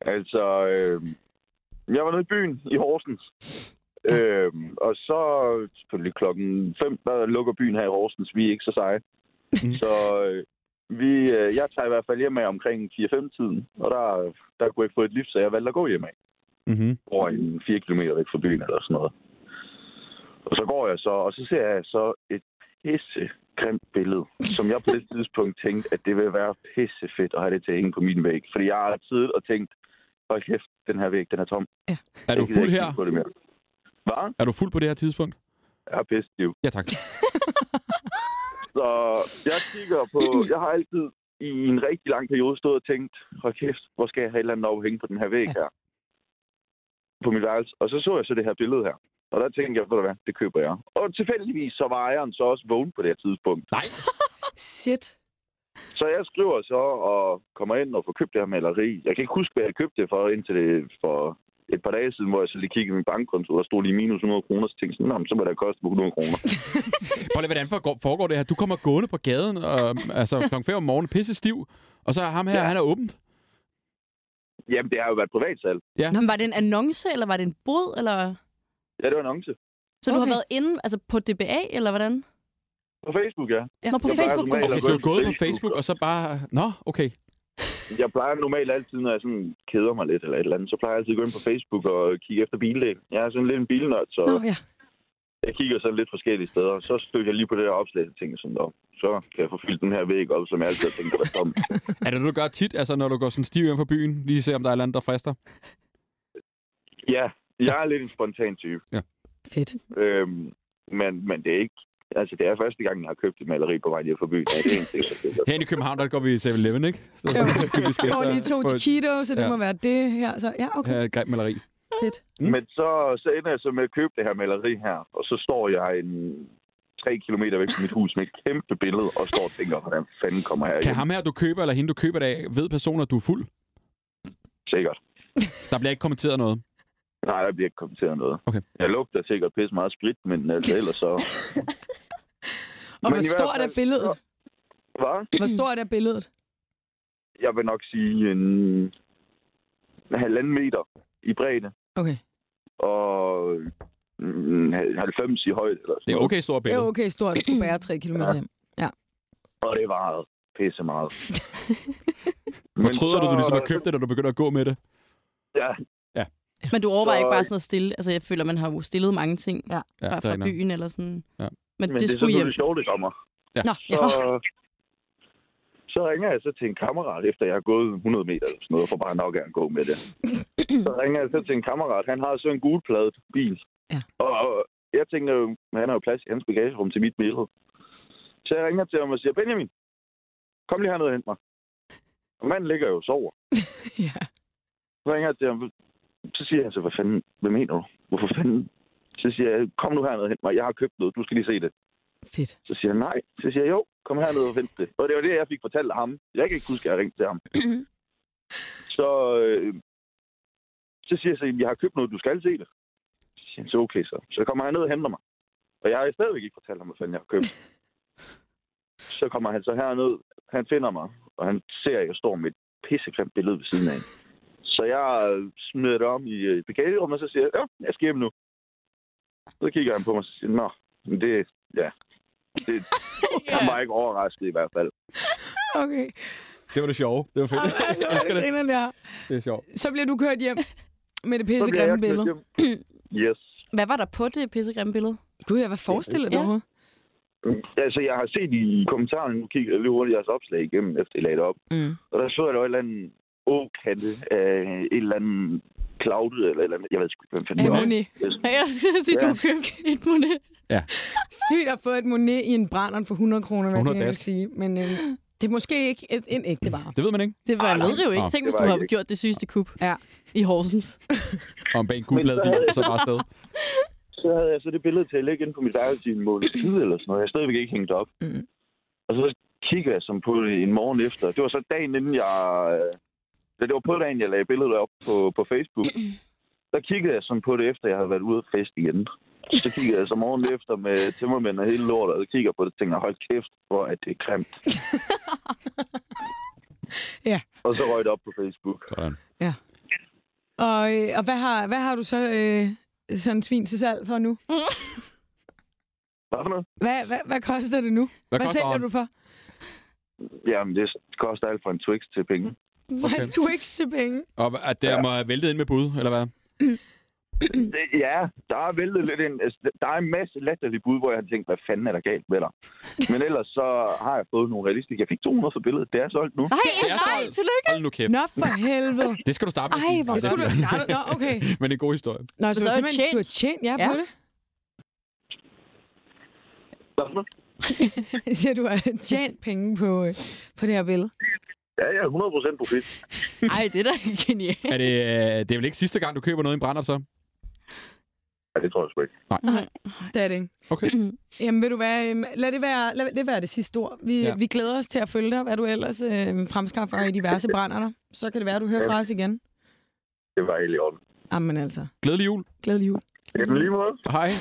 Altså, øh, jeg var nede i byen i Horsens. Øh, og så selvfølgelig klokken 5, der lukker byen her i Horsens. Vi er ikke så seje. Mm. Så øh, vi, øh, jeg tager i hvert fald hjem af omkring 4-5-tiden, og der, der kunne jeg ikke få et lift, så jeg valgte at gå hjem af. Mm-hmm. over en 4 km væk fra byen eller sådan noget. Og så går jeg så, og så ser jeg så et pisse grimt billede, som jeg på det tidspunkt tænkte, at det ville være pisse fedt at have det til at hænge på min væg. Fordi jeg har siddet og tænkt, hold kæft, den her væg, den er tom. Er du Jeg gider fuld ikke her? kigge På det mere. Hvad? Er du fuld på det her tidspunkt? Jeg er pisse stiv. Ja, tak. Så jeg kigger på... Jeg har altid i en rigtig lang periode stået og tænkt, hold kæft, hvor skal jeg have et eller andet op at hænge på den her væg her? På mit værelse. Og så så jeg så det her billede her. Og der tænkte jeg, ved du hvad, det køber jeg. Og tilfældigvis så var ejeren så også vågen på det her tidspunkt. Nej. Shit. Så jeg skriver så og kommer ind og får købt det her maleri. Jeg kan ikke huske, hvad jeg købte det for, indtil det for et par dage siden, hvor jeg så lige kiggede i min bankkonto, og der stod lige minus 100 kroner, så tænkte jeg sådan, "Nå, men så må det koste 100 kroner. Prøv lige, hvordan foregår- foregår det her? Du kommer gående på gaden, og, altså klokken 5 om morgenen, pisse stiv, og så er ham her, ja. Ja. han er åbent. Jamen, det har jo været privatsalg. Nå, men var det en annonce, eller var det en bod, eller... Ja, det var en annonce. Så okay. du har Okay. været inde altså på DBA, eller hvordan? På Facebook, ja. Ja. Nå, på Jeg plejer Facebook. som regel Og at hvis gå du ind er på gået på Facebook, Facebook, og- og så bare... Nå, okay. Jeg plejer normalt altid, når jeg sådan keder mig lidt eller et eller andet, så plejer jeg altid at gå ind på Facebook og kigge efter bildæk. Jeg er sådan lidt en bilnørd, så Nå ja. jeg kigger sådan lidt forskellige steder. Så støtter jeg lige på det der opslag og tænker sådan, "Nå, så kan jeg få fyldt den her væg op, som jeg altid har tænkt at være tom. Er det noget, du gør tit, altså når du går sådan stiv hjem fra byen, lige se, om der er et eller andet, der frister? Ja, jeg er lidt en spontan type. Fedt. Øhm, men, men det er ikke Altså, det er første gang, jeg har købt et maleri på vej lige fra byen. Ja, det er en ting, jeg køber. Her i København, der går vi i 7-Eleven, ikke? Så Jo. typisk Får lige to for- taquitos, så det Ja. ja. må være det her. Så, ja, okay, Ja, et grimt maleri. fedt. Mm. Men så, så ender jeg så med at købe det her maleri her, og så står jeg en 3 km væk fra mit hus med et kæmpe billede, og står og tænker, hvordan fanden kommer jeg Kan hjem? ham her, du køber, eller hende, du køber det af, ved personer, du er fuld? Sikkert. Der bliver ikke kommenteret noget. Nej, der bliver ikke kommenteret noget. Okay. Jeg lugter sikkert pisse meget sprit, men altså, ellers så... Og Men hvor i hvert stort er fald- billedet? Hvad? Hvor stort er billedet? Jeg vil nok sige en halvanden meter i bredde, Okay, og mm, 90 i højde. Eller sådan Det er noget. okay stort det er billede. okay stort. Du skulle bære tre kilometer Ja. hjem. Og det varede pisse meget. Fortryder Men du, så- du ligesom har købt det, da du begynder at gå med det? Ja, Men du overvejer Så- ikke bare sådan at stille. Altså, jeg føler, man har jo stillet mange ting ja, Ja, det er fra rigtig nok. byen eller sådan. Ja. Men, men det, det er skulle sådan, hjem. det sjovt, det kommer. Ja. Nå, ja. Så, så ringer jeg så til en kammerat, efter jeg har gået 100 meter eller sådan noget, for bare nok af at gå med det. Så ringer jeg så til en kammerat. Han har så en gulpladet bil. Ja. Og, og jeg tænker jo, han har jo plads i hans bagagerum til mit billede. Så jeg ringer til ham og siger, Benjamin, kom lige herned og hent mig. Og manden ligger jo og sover. Ja. Så ringer jeg til ham. Så siger han så, hvad fanden, hvad mener du? Hvorfor fanden? Så siger jeg, kom nu herned og hent mig. Jeg har købt noget, du skal lige se det. Fedt. Så siger han nej. Så siger jeg, jo, kom herned og vent det. Og det var det, jeg fik fortalt af ham. Jeg kan ikke huske, at jeg ringte til ham. så, øh, så siger jeg så, jeg har købt noget, du skal se det. Så siger han, så okay så. Så kommer han ned og henter mig. Og jeg har stadigvæk ikke fortalt ham, hvad fanden jeg har købt. så kommer han så herned, han finder mig, og han ser, at jeg står med et pissegrimt billede ved siden af. Så jeg øh, smider det om i øh, bagagerummet, og så siger jeg, ja, jeg skal hjem nu. Så kigger han på mig, og så siger, han, nå, men det, ja, det, han var ikke overrasket i hvert fald. Okay. Det var det sjove. Det var fedt. Altså, Jeg elsker det det. griner der. Det er sjovt. Så bliver du kørt hjem med det Så bliver jeg pissegrimme kørt billede. hjem. Yes. Hvad var der på det pissegrimme billede? Du, jeg var forestillet Ja. ja. overhovedet. Altså, jeg har set i kommentarerne, nu kigger jeg lige hurtigt jeres opslag igennem, efter I lagde det op. Mm. Og der så jeg, der var et eller andet åkatte af et eller andet cloud, eller et eller andet. Jeg ved sgu ikke, hvem fanden det var. Monet. Jeg skal sige, du du har har købt et monet. Sygt at få et Monet i en brændert for 100 kroner, hvad 100 jeg vil dask. sige. Men øh, det er måske ikke et, en ægte vare. Det ved man ikke. Det var jeg ved det jo ikke. Nå, Tænk, det hvis var du jeg har ikke. gjort det sygeste kup Ja. i Horsens. Om bag en gulblad bil, og så bare afsted. Så havde jeg så det billede til at lægge ind på mit værelse i en måned tid, eller sådan noget. Jeg er stadigvæk ikke hængt op. Mm. Og så kigger jeg som på det en morgen efter. Det var så dagen, inden jeg... øh, ja, Det var på dagen, jeg lagde billedet op på, på Facebook. Der kiggede jeg sådan på det, efter jeg havde været ude at fest igen. Så kiggede jeg så morgen efter med tømmermænd og hele lortet, og kigger på det og tænker, hold kæft, hvor er det grimt. Ja. Og så røg det op på Facebook. Sådan. Og, øh, og hvad, har, hvad har du så øh, sådan en svin til salg for nu? Hvad for noget? Hvad, hvad, hvad koster det nu? Hvad, hvad koster sælger den? du for? Jamen, det koster alt fra en Twix til penge. Okay. Okay. Twix til penge. Og at der må have væltet ind med bud, eller hvad? Det, ja, der er væltet lidt ind. Altså, der er en masse latterlige bud, hvor jeg har tænkt, hvad fanden er der galt med dig? Men ellers så har jeg fået nogle realistiske. Jeg fik 200 for billedet. Det er solgt nu. Nej, er nej, solgt. tillykke. Hold nu kæft. Nå for helvede. Det skal du starte med. at Ej, sige. hvor Ja, Det skulle du have startet. Nå, okay. Men det er en god historie. Nå, så, så så er det simpelthen, tjent. du har tjent jer ja. på Ja. det? Jeg siger, du har tjent penge på, øh, på det her billede. Ja, ja, 100 procent profit. Ej, det er da genialt. Er det, øh, det er vel ikke sidste gang, du køber noget i en brænder, så? Ja, det tror jeg sgu ikke. Det er det ikke. Okay. Jamen, ved du hvad, øhm, lad det være, lad det, være det sidste ord. Vi, Ja. ja. vi glæder os til at følge dig, hvad du ellers øh, fremskaffer i diverse brænder. Så kan det være, du hører Ja. fra os igen. Det var egentlig om. Jamen altså, Glædelig jul. glædelig jul. Jamen lige måde. Hej.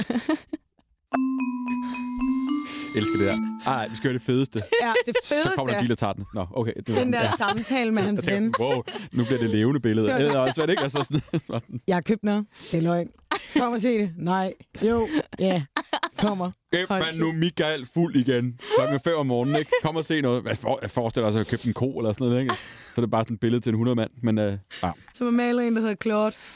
elsker det der. Ej, vi skal høre det fedeste. Ja, det Så fedeste kommer der en er bil og tager den. Nå, okay. Det var- den der samtale med Jeg hans ven. tænker, wow, nu bliver det levende billede. Det var- Det er også ikke, og så sådan, så var den, Jeg har købt noget. Det er løgn. Kom og se det. Nej. Jo. Ja. Kommer. Gæb Hold man kæft. nu Michael fuld igen. Klokken er fem om morgenen, ikke? Kom og se noget. Jeg, for, jeg forestiller mig, at jeg købte en ko eller sådan noget, ikke? Så er det bare sådan et billede til en 100 mand. Men øh, ja, Som har malet en, der hedder Claude. klart.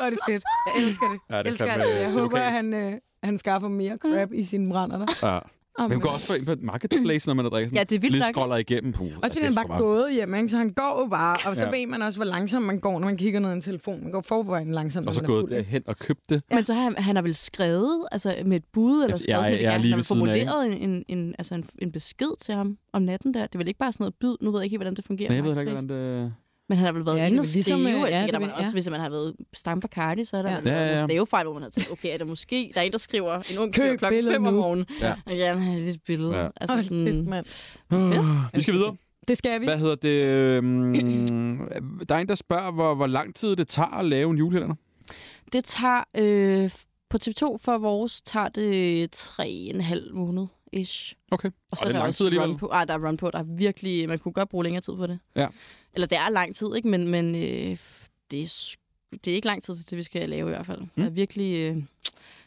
Hvor er det fedt. Jeg elsker det. Ja, det er elsker fandme- alt det. det Jeg er håber, øh, lokalt. at han, øh, han skaffer mere crap i sine brænder. Ja. Oh, Hvem går også for ind på et marketplace, når man er drikker sådan Ja, det er vildt lidt nok. scroller igennem. Puh, Også fordi det han er bare sgu gået hjem, ikke? så han går jo bare, og så Ja. ja. ved man også, hvor langsomt man går, når man kigger ned i en telefon. Man går forvejen langsomt, Og så når man er gået fuld. ikke? derhen og købt det. Men så har han, han har vel skrevet altså med et bud, eller Jeg- sådan noget, jeg- sådan, at jeg er han lige har ved siden af, ikke? formuleret en, en, en, altså en, en besked til ham om natten der. Det er vel ikke bare sådan noget bid. Nu ved jeg ikke helt, hvordan det fungerer. Nej, jeg ved heller Marketplace. ikke, hvordan det... Men han har vel været Ja, ja, det inde er og vel skrive, ligesom, ligesom, øh, jeg ja, tænker, det der vil- man også, ja. hvis man har været stamper Cardi, så er der Ja. ja. vel Ja, ja, ja, ja. ja. stavefejl, hvor man har tænkt, okay, er der måske, der er en, der skriver en ung Køb køb klokken billedet 5 om nu. morgenen, Ja. ja. og gerne have dit billede. Ja. Ja. Altså, Hold sådan, kæft, mand. Uh, vi skal videre. Det skal vi. Hvad hedder det? øhm, der er en, der spørger, hvor, hvor lang tid det tager at lave en julekalender. det tager, øh, på TV2 for vores, tager det tre og en halv måned. Ish. Okay. Og det er der lang tid også alligevel. run på. Ej, der er run på. Der er virkelig, man kunne godt bruge længere tid på det. Ja. Eller det er lang tid, ikke? Men, men øh, f- det, er, sk- det er ikke lang tid til det, vi skal lave i hvert fald. Mm. Der er virkelig... Øh,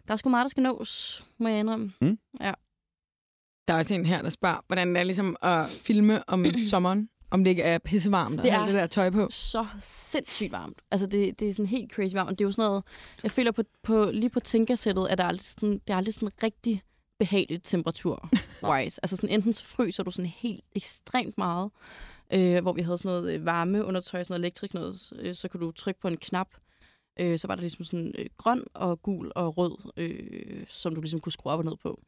der er sgu meget, der skal nås, må jeg indrømme. Der er også en her, der spørger, hvordan det er ligesom at filme om sommeren, om det ikke er pissevarmt Det at have er det der tøj på. så sindssygt varmt. Altså, det, det er sådan helt crazy varmt. Det er jo sådan noget, jeg føler på, på lige på tænkersættet, at der er aldrig sådan, det er aldrig sådan rigtig behageligt temperatur-wise. altså sådan, enten så fryser du sådan helt ekstremt meget, øh, hvor vi havde sådan noget øh, varme undertøj, sådan noget elektrik noget, øh, så kunne du trykke på en knap, øh, så var der ligesom sådan øh, grøn og gul og rød, øh, som du ligesom kunne skrue op og ned på.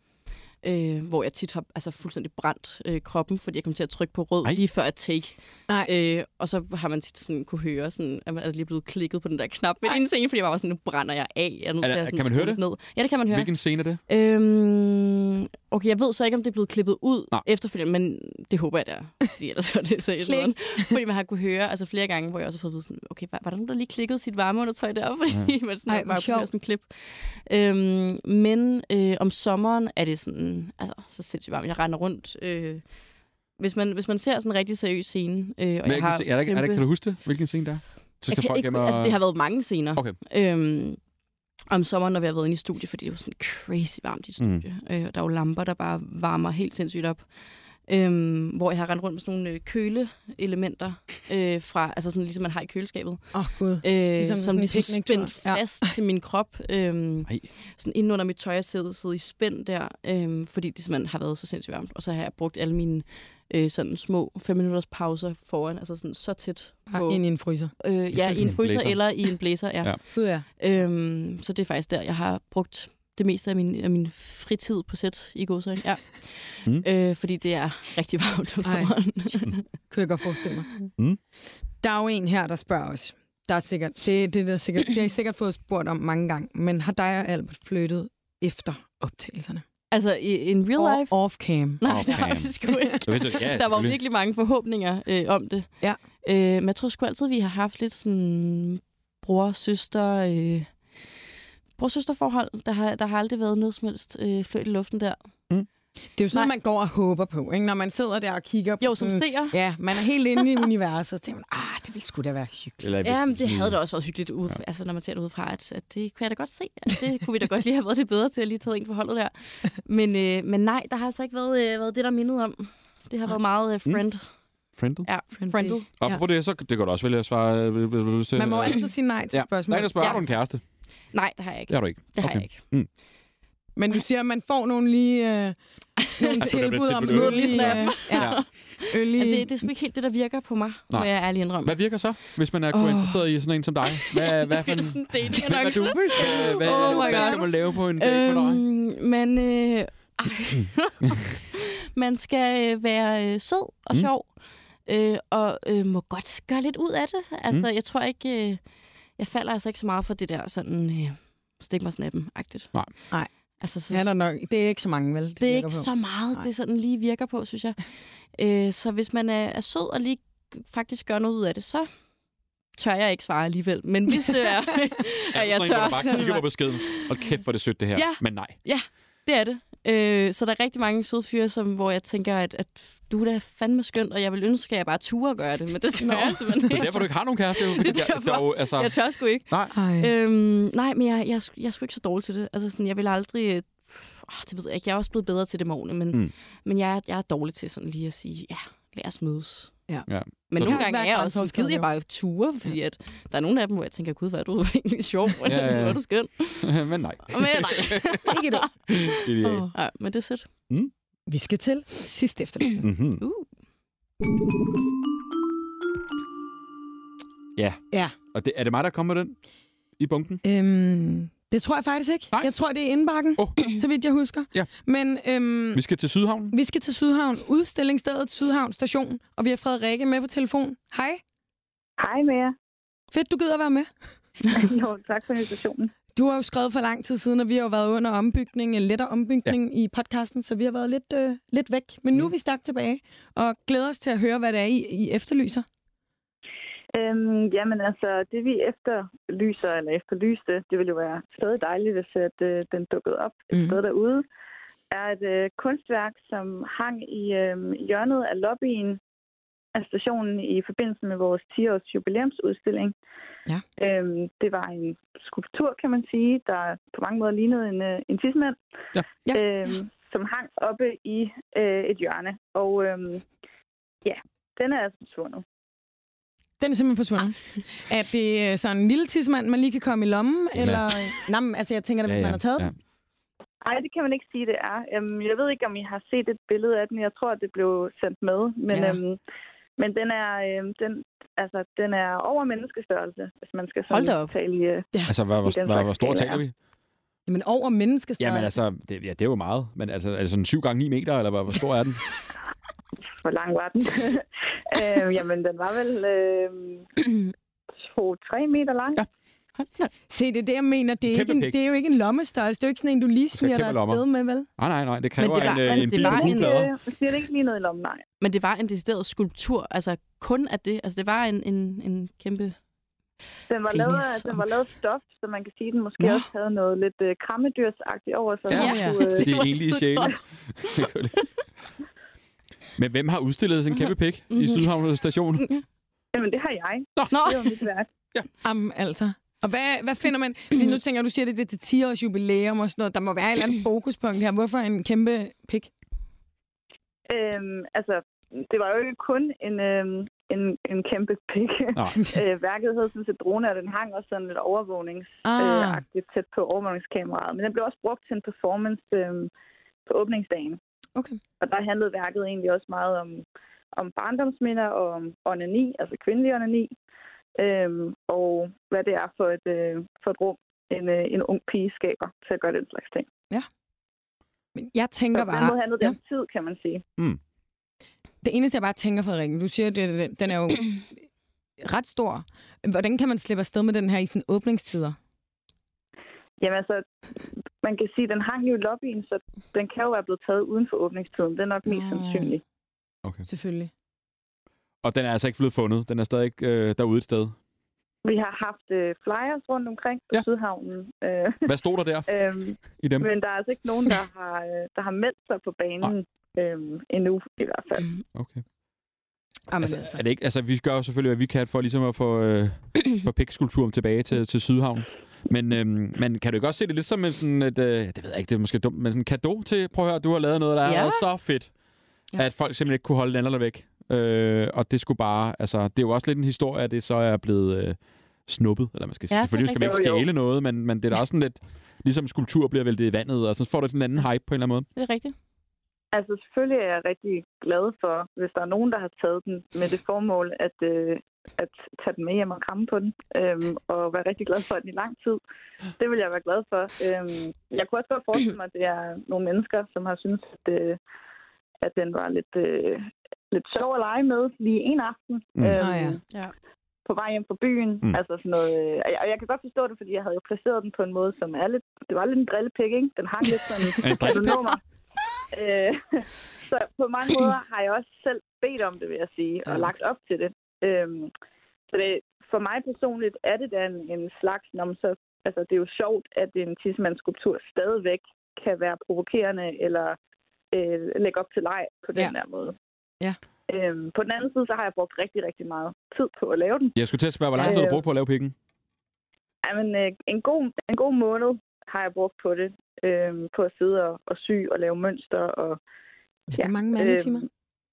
Øh, hvor jeg tit har altså, fuldstændig brændt øh, kroppen, fordi jeg kom til at trykke på rød Ej. Ej. lige før at take. Nej. Øh, og så har man tit sådan, kunne høre, sådan, at man er lige blevet klikket på den der knap ved en scene, fordi jeg bare var sådan, nu brænder jeg af. Jeg er nødt Er til der- at sådan, kan man høre skrue det? Ned. Ja, det kan man høre. Hvilken scene er det? Øhm, okay, jeg ved så ikke, om det er blevet klippet ud Nej. Nej. efterfølgende, men det håber jeg, det er. Fordi ellers er det så Klik. noget. Fordi man har kunne høre altså flere gange, hvor jeg også har fået at vide sådan, okay, var, var der nogen, der lige klikkede sit varmeundertøj der? Fordi ja. man sådan, Ej, Ej, hvor bare kunne sjovt. høre sådan en klip. Øhm, men øh, om sommeren er det sådan, altså så sindssygt varmt. Jeg render rundt... Øh, hvis man, hvis man ser sådan en rigtig seriøs scene, øh, og jeg Hvilken har scene- er der, ikke- er der, kæmpe- kan du huske det? Hvilken scene der er? Så jeg kan ikke, hjem og- altså, det har været mange scener. Okay. Øhm, om sommeren, når vi har været inde i studiet, fordi det er jo sådan crazy varmt i et Mm. studie. Mm. Øh, og der er jo lamper, der bare varmer helt sindssygt op. Øhm, hvor jeg har rendt rundt med sådan nogle øh, køleelementer, øh, fra, altså sådan ligesom man har i køleskabet, Åh, oh, Gud. øh, Ligesom ligesom sådan som en ligesom picnictur. spændt Ja. fast til min krop. Øhm, Ej. sådan inde under mit tøj, jeg sidder, sidder i spænd der, øhm, fordi det simpelthen har været så sindssygt varmt. Og så har jeg brugt alle mine øh, sådan små fem minutters pauser foran, altså sådan så tæt Bare ind i en fryser. Øh, ja, i En en fryser blæser. eller i en blæser, ja. Ja. ja. Gud, ja. Øhm, så det er faktisk der, jeg har brugt det meste af min, af min fritid på sæt i godsøjne. Ja. Mm. Mm. Øh, fordi det er rigtig varmt om Ej. sommeren. Kunne jeg godt forestille mig. Mm. Der er jo en her, der spørger os. Der er sikkert, det, det, der er sikkert, det har I sikkert fået spurgt om mange gange, men har dig og Albert flyttet efter optagelserne? altså, i, in real life? Og off-cam. Nej, Off det har cam. vi sgu ikke. Jeg ved, ja, Der var selvfølgelig. virkelig mange forhåbninger øh, om det. Ja. Øh, men jeg tror sgu altid, vi har haft lidt sådan bror, søster... Øh, bror-søster-forhold. Der har, der har aldrig været noget som helst øh, fløjt i luften der. Det er jo sådan noget, Nej. man går og håber på, ikke? når man sidder der og kigger på Jo, som sådan- seer. Ja, man er helt inde i universet, og tænker man, ah, det ville sgu da være hyggeligt. Eller, Ja, men det havde da også været hyggeligt, ude, ja. altså, når man ser det udefra, at, at det kunne jeg da godt se. At det kunne vi da godt lige have været lidt bedre til at lige tage ind for holdet der. Men, øh, men nej, der har altså ikke været, øh, været det, der mindede om. Det Ah. har været meget Mm. øh, friend. Friendet. Ja, friendly. Og på det, så det kan du også vælge at svare. øh, Vil, vil, vil, du lyst til- Man må altid sige nej Ja. til ja. Der er spørgsmål. en, der spørger, Ja. har du en kæreste? Nej, det har jeg ikke. Det har du ikke. Det har okay. jeg ikke. Men du siger, at man får nogle lige øh, nogle der bliver tilbud om tilbudt øl. mulige, øh, ja, Ja. øl i... Jamen, det, det er sgu ikke helt det, der virker på mig, Nej. må jeg ærligt indrømme. Hvad virker så, hvis man er oh. Åh. interesseret i sådan en som dig? Hvad, hvad, Jeg for føler en, sådan en dating hvad, hvad, du, annonce. hvad, hvad, Oh my hvad God. skal man lave på en dag for dig? Øhm, men øh, ej. man skal øh, være øh, sød Mm. og mm. sjov, øh, og øh, må godt gøre lidt ud af det. Altså, mm. jeg tror ikke, øh, jeg falder altså ikke så meget for det der sådan, øh, stik mig snappen-agtigt. Nej. Nej. Altså, så, Ja, der er nok. det er ikke så mange, vel? Det, det er virker ikke på. så meget, Nej. det sådan lige virker på, synes jeg. Øh, så hvis man er, er sød og lige faktisk gør noget ud af det, så tør jeg ikke svare alligevel. Men hvis det er, at sådan en, jeg hvor tør... du bare kigger på beskeden. Og kæft, hvor er det sødt det her. Ja. Men nej. Det er det. Øh, så der er rigtig mange søde fyre, som, hvor jeg tænker, at, at du er da fandme skønt, og jeg vil ønske, at jeg bare turde at gøre det, men det tør jeg simpelthen Det er ikke. derfor, du ikke Mm. har nogen kæreste. Det er derfor. Der er jo, altså, Jeg tør sgu ikke. nej. Ej. Øhm, nej, men jeg, jeg, er sgu- jeg er sgu ikke så dårlig til det. Altså sådan, jeg vil aldrig... øh, Oh, det ved jeg ikke. Jeg er også blevet bedre til det med årene, men, Mm. mm. men jeg, er- jeg er dårlig til sådan lige at sige, ja, lad os mødes. Ja. Ja. Men Så- nogle Det kan også gange er være jeg også sådan, grænseoverskridende, gider jeg bare ture, fordi at der er nogle af dem, hvor jeg tænker, gud, hvor er du egentlig sjov, og Ja, ja, ja. hvor er du skøn. Men nej. Men, nej. Ikke det. Det er- Ja, men det er sødt. Mm. Vi skal til sidst efter det. Mm-hmm. Uh. Ja. Og det, er det mig, der kommer med den i bunken? Øhm, det tror jeg faktisk ikke. Nej. Jeg tror, det er indbakken, Åh. så vidt jeg husker. Ja. Men øhm, Vi skal til Sydhavnen. vi skal til Sydhavn, udstillingsstedet Sydhavn Station, og vi har Frederikke med på telefon. Hej. Hej med jer. Fedt, du gider at være med. jo, tak for invitationen. Du har jo skrevet for lang tid siden, og vi har jo været under ombygning, en lettere ombygning ja. i podcasten, så vi har været lidt, øh, lidt væk. Men Mhm. nu er vi stærkt tilbage, og glæder os til at høre, hvad det er, I, I efterlyser. Øhm, jamen altså, det vi efterlyser, eller efterlyste, det ville jo være stadig dejligt, hvis at, øh, den dukkede op et Mhm. mm. sted derude, er et øh, kunstværk, som hang i øh, hjørnet af lobbyen af stationen i forbindelse med vores 10-års jubilæumsudstilling. Ja. Øhm, det var en skulptur, kan man sige, der på mange måder lignede en, øh, en tidsmand, Ja. Ja. Øhm, som hang oppe i øh, et hjørne. Og øhm, ja, den er altså forsvundet. Den er simpelthen forsvundet. Er det øh, sådan en lille tidsmand, man lige kan komme i lommen? Jamen, Eller... Nå, men, altså, jeg tænker da, hvis ja, ja. man har taget ja. ja. den. Nej, det kan man ikke sige, det er. Øhm, jeg ved ikke, om I har set et billede af den. Jeg tror, at det blev sendt med. Men, Ja. ja. øhm, men den, er, øhm, den, altså, den er over menneskestørrelse, hvis man skal Hold da sådan op. tale i, øh, Altså, hvor, I hvor, den hvor, hvor slags store skala, taler vi? Jamen, over menneskestørrelse. Jamen altså, det, ja, det er jo meget. Men altså, er det sådan 7 gange 9 meter, eller hvor, hvor stor er den? hvor lang var den? øhm, jamen, den var vel øhm, 2-3 meter lang. Ja. Hold da. Se, det er det, jeg mener. Det er, Kæmpe ikke en, pik. det er jo ikke en lommestørrelse. Det er jo ikke sådan en, du lige sniger kæmpe dig lommer. afsted med, vel? Nej, nej, nej. Det kræver det var- en, øh, altså, en det bil var med en, guldplader. Øh, siger det ikke lige noget i lommen, nej. Men det var en decideret skulptur, altså kun af det. Altså det var en, en, en kæmpe... Den var, Penis lavet, af- den og- var lavet af stof, så man kan sige, at den måske Nå. også havde noget lidt øh, krammedyrsagtigt over sig. Ja. man Ja. kunne, øh, Det er var egentlig så sjæle. Men hvem har udstillet sin kæmpe pik i Mhm. Sydhavn Station? Jamen, det har jeg. Nå, Det var mit værk. Jamen, altså. Og hvad, hvad finder man? Fordi nu tænker jeg, du siger, det, det er til 10-års jubilæum og sådan noget. Der må være et eller andet fokuspunkt her. Hvorfor en kæmpe pik? Øhm, altså, det var jo ikke kun en, øhm, en, en kæmpe pik. Nej. øh, værket hed sådan set drone, og den hang også sådan lidt overvågningsagtigt Ah, øh, tæt på overvågningskameraet. Men den blev også brugt til en performance øhm, på åbningsdagen. Okay. Og der handlede værket egentlig også meget om, om barndomsminder og om onani, altså kvindelig onani, øhm, og hvad det er for et, øh, for et rum, en, øh, en ung pige skaber til at gøre den slags ting. men jeg Så tænker på den måde bare... handlede det om tid, kan man sige. Det eneste, jeg bare tænker fra Rikken, du siger, at den er jo ret stor. Hvordan kan man slippe afsted med den her i sådan åbningstider? Jamen altså, man kan sige, at den hang jo i lobbyen, så den kan jo være blevet taget uden for åbningstiden. Det er nok mest Ja. sandsynligt. Selvfølgelig. Og den er altså ikke blevet fundet. Den er stadig øh, derude et sted. Vi har haft øh, flyers rundt omkring på Ja. ja. Sydhavnen, øh, Hvad stod der der øhm, i dem? men der er altså ikke nogen, der har, øh, der har meldt sig på banen øhm, endnu i hvert fald. Okay. Jamen, Altså, altså, er det ikke, altså, vi gør jo selvfølgelig, hvad vi kan for ligesom at få, øh, få pikskulpturen tilbage til, til Sydhavn. Men, øhm, men kan du ikke også se det lidt som en sådan et, øh, det ved jeg ikke, det er måske dumt, men sådan en gave til, prøv at høre, du har lavet noget, der Ja. er så fedt, Ja. at folk simpelthen ikke kunne holde den anden væk. Øh, og det skulle bare, altså, det er jo også lidt en historie, at det så er blevet øh, snuppet, eller man skal sige. Ja, Ja, det er selvfølgelig skal man ikke rigtigt. Jo, jo. stjæle noget, men, men det er da også sådan lidt, ligesom skulptur bliver væltet i vandet, og så får du sådan en anden hype på en eller anden måde. det er rigtigt. Altså selvfølgelig er jeg rigtig glad for, hvis der er nogen, der har taget den med det formål at, øh, at tage den med hjem og kramme på den, øhm, og være rigtig glad for den i lang tid. Det vil jeg være glad for. Øhm, jeg kunne også godt forestille mig, at det er nogle mennesker, som har syntes, at, øh, at den var lidt, øh, lidt sjov at lege med lige en aften. Øhm, Mm. Nå Ah, ja. Ja. På vej hjem fra byen. Mm. Mm. Altså sådan noget, øh, og jeg- og jeg kan godt forstå det, fordi jeg havde jo placeret den på en måde, som er lidt... Det var lidt en drillepik, ikke? Den hang lidt sådan... Er det Kan du drillepik? nå mig? Øh, så på mange måder har jeg også selv bedt om det, vil jeg sige, og lagt op til det. Øhm, så det, for mig personligt er det da en, en slags, når man så, altså det er jo sjovt, at en tidsmandsskulptur stadigvæk kan være provokerende eller øh, lægge op til leg på den Ja. der måde. Ja. Øhm, på den anden side, så har jeg brugt rigtig, rigtig meget tid på at lave den. Jeg skulle til at spørge, hvor lang tid har du Øh. brugt på at lave pikken? Jamen, øh, en, god, en god måned har jeg brugt på det, øh, på at sidde og, og sy og lave mønster og Det er mange mandetimer. Øhm,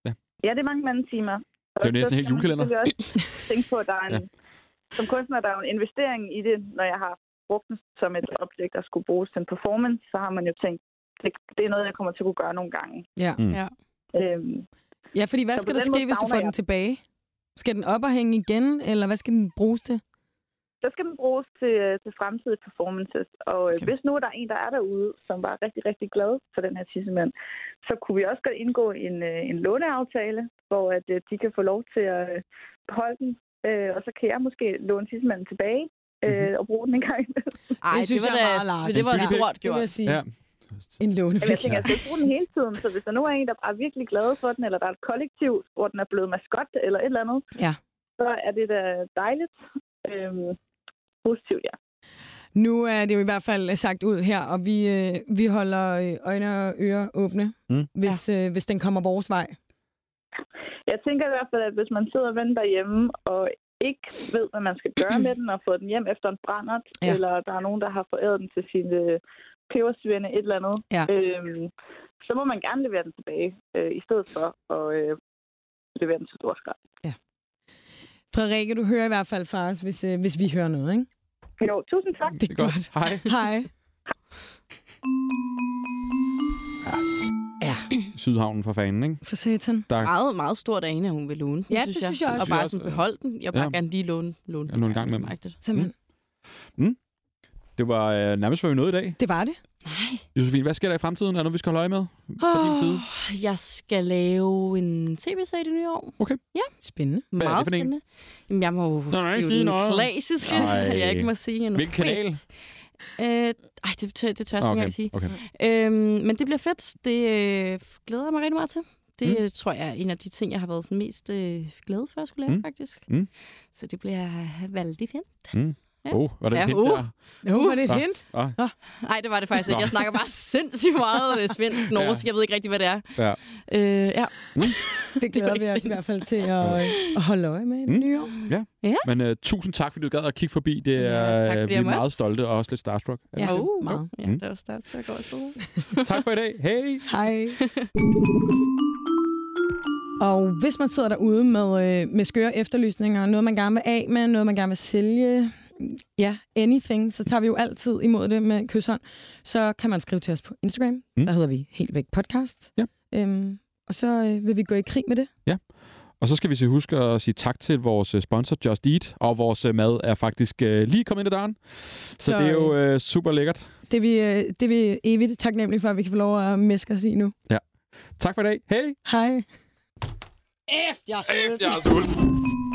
Ja. Ja, det er mange mandetimer. Og Det er jo næsten så en hel skal man julekalender. selvfølgelig også tænke på, at der er en, Ja. ja. som kunstner, der er jo en investering i det, når jeg har brugt den som et objekt, der skulle bruges til en performance, så har man jo tænkt, det, det er noget, jeg kommer til at kunne gøre nogle gange. Ja. Mm. Ja. Øhm, Ja, fordi hvad Så skal på der den ske, måde hvis du får savner den jeg- tilbage? Skal den op og hænge igen, eller hvad skal den bruges til? så skal den bruges til, øh, til fremtidige performances. Og okay. Okay. hvis nu der er en, der er derude, som var rigtig, rigtig glad for den her tissemand, så kunne vi også godt indgå en, øh, en låneaftale, hvor at, øh, de kan få lov til at øh, beholde den. Øh, og så kan jeg måske låne tissemanden tilbage øh, og bruge den en gang. Ej, det, synes var jeg er meget da, large. det var Det- stort Det vil gjort. jeg sige. Ja. Ja. En Jamen, jeg lånepik. tænker, jeg skal bruge den hele tiden, så hvis der nu er en, der bare er virkelig glad for den, eller der er et kollektiv, hvor den er blevet maskot eller et eller andet, Ja. så er det da dejligt. Øhm, positivt, ja. Nu er det jo i hvert fald sagt ud her, og vi, øh, vi holder øh, øjne og ører åbne, Mm. mm. hvis, ja. øh, hvis den kommer vores vej. Jeg tænker i hvert fald, at hvis man sidder og venter hjemme, og ikke ved, hvad man skal gøre med den, og får den hjem efter en brændert, Ja. ja. eller der er nogen, der har foræret den til sine øh, pebersvende, et eller andet, Ja. øhm, så må man gerne levere den tilbage, øh, i stedet for at øh, levere den til storskrald. Frederikke, du hører i hvert fald fra os, hvis, øh, hvis vi hører noget, ikke? Jo, tusind tak. Det er godt. Hej. Hej. Ja, Sydhavnen for fanden, ikke? for satan. Meget, meget stort af hende, at hun vil låne. den, Ja, det synes jeg også. Og bare Synes jeg sådan også. beholde den. Jeg vil bare Ja. gerne lige låne, låne Jeg låner en gang imellem. Rigtigt. Simpelthen. Det var øh, nærmest, hvad vi nåede i dag. Det var det. Nej. Josefine, hvad sker der i fremtiden? Er der noget, vi skal holde øje med på din side? Oh, jeg skal lave en tv-serie det nye år. Spændende. er det Meget for en? spændende. Jamen, jeg må jo nej, det er jo sige den noget. klassiske, Nej. jeg ikke må sige endnu. Hvilken kanal? Ah, Øh, ej, det, tør, det tør jeg sgu ikke Okay, engang sige. okay. Øhm, men det bliver fedt. Det øh, glæder jeg mig rigtig meget til. Det mm. tror jeg er en af de ting, jeg har været sådan mest øh, glad for at skulle lave, Mm. mm. faktisk. Mm. Så det bliver vældig fedt. Ja. Oh, var det Ja, ja, uh. der? Nå, uh, var det et Ja. hint? Nej, det var det faktisk ikke. Nå. Jeg snakker bare sindssygt meget øh, svensk, norsk. Ja. Ja. Jeg ved ikke rigtig, hvad det er. Ja. Øh, ja. Det glæder vi os i hvert fald til at, øh, at holde øje med i det Mm. nye år. Men uh, tusind tak, fordi du gad at kigge forbi. Det Ja, er, tak, ja, fordi vi jeg er måtte. meget stolte og også lidt starstruck. Ja, oh, meget. Ja, Mm. det var stærkt, jeg går også. tak for i dag. Hej! Hej. Og hvis man sidder derude med, øh, med skøre efterlysninger, noget man gerne vil af med, noget man gerne vil sælge, ja, anything, så tager vi jo altid imod det med kysshånd. Så kan man skrive til os på Instagram. Mm. Mm. Der hedder vi Helt Væk Podcast. Ja. Øhm, og så øh, vil vi gå i krig med det. Og så skal vi så huske at sige tak til vores øh, sponsor Just Eat, og vores øh, mad er faktisk øh, lige kommet ind ad døren. Så, så Så, det er jo øh, super lækkert. Det er vi, øh, det er vi evigt taknemmelige for, at vi kan få lov at mæske os i nu. Tak for i dag. Hej! Hej. Jeg er sulten.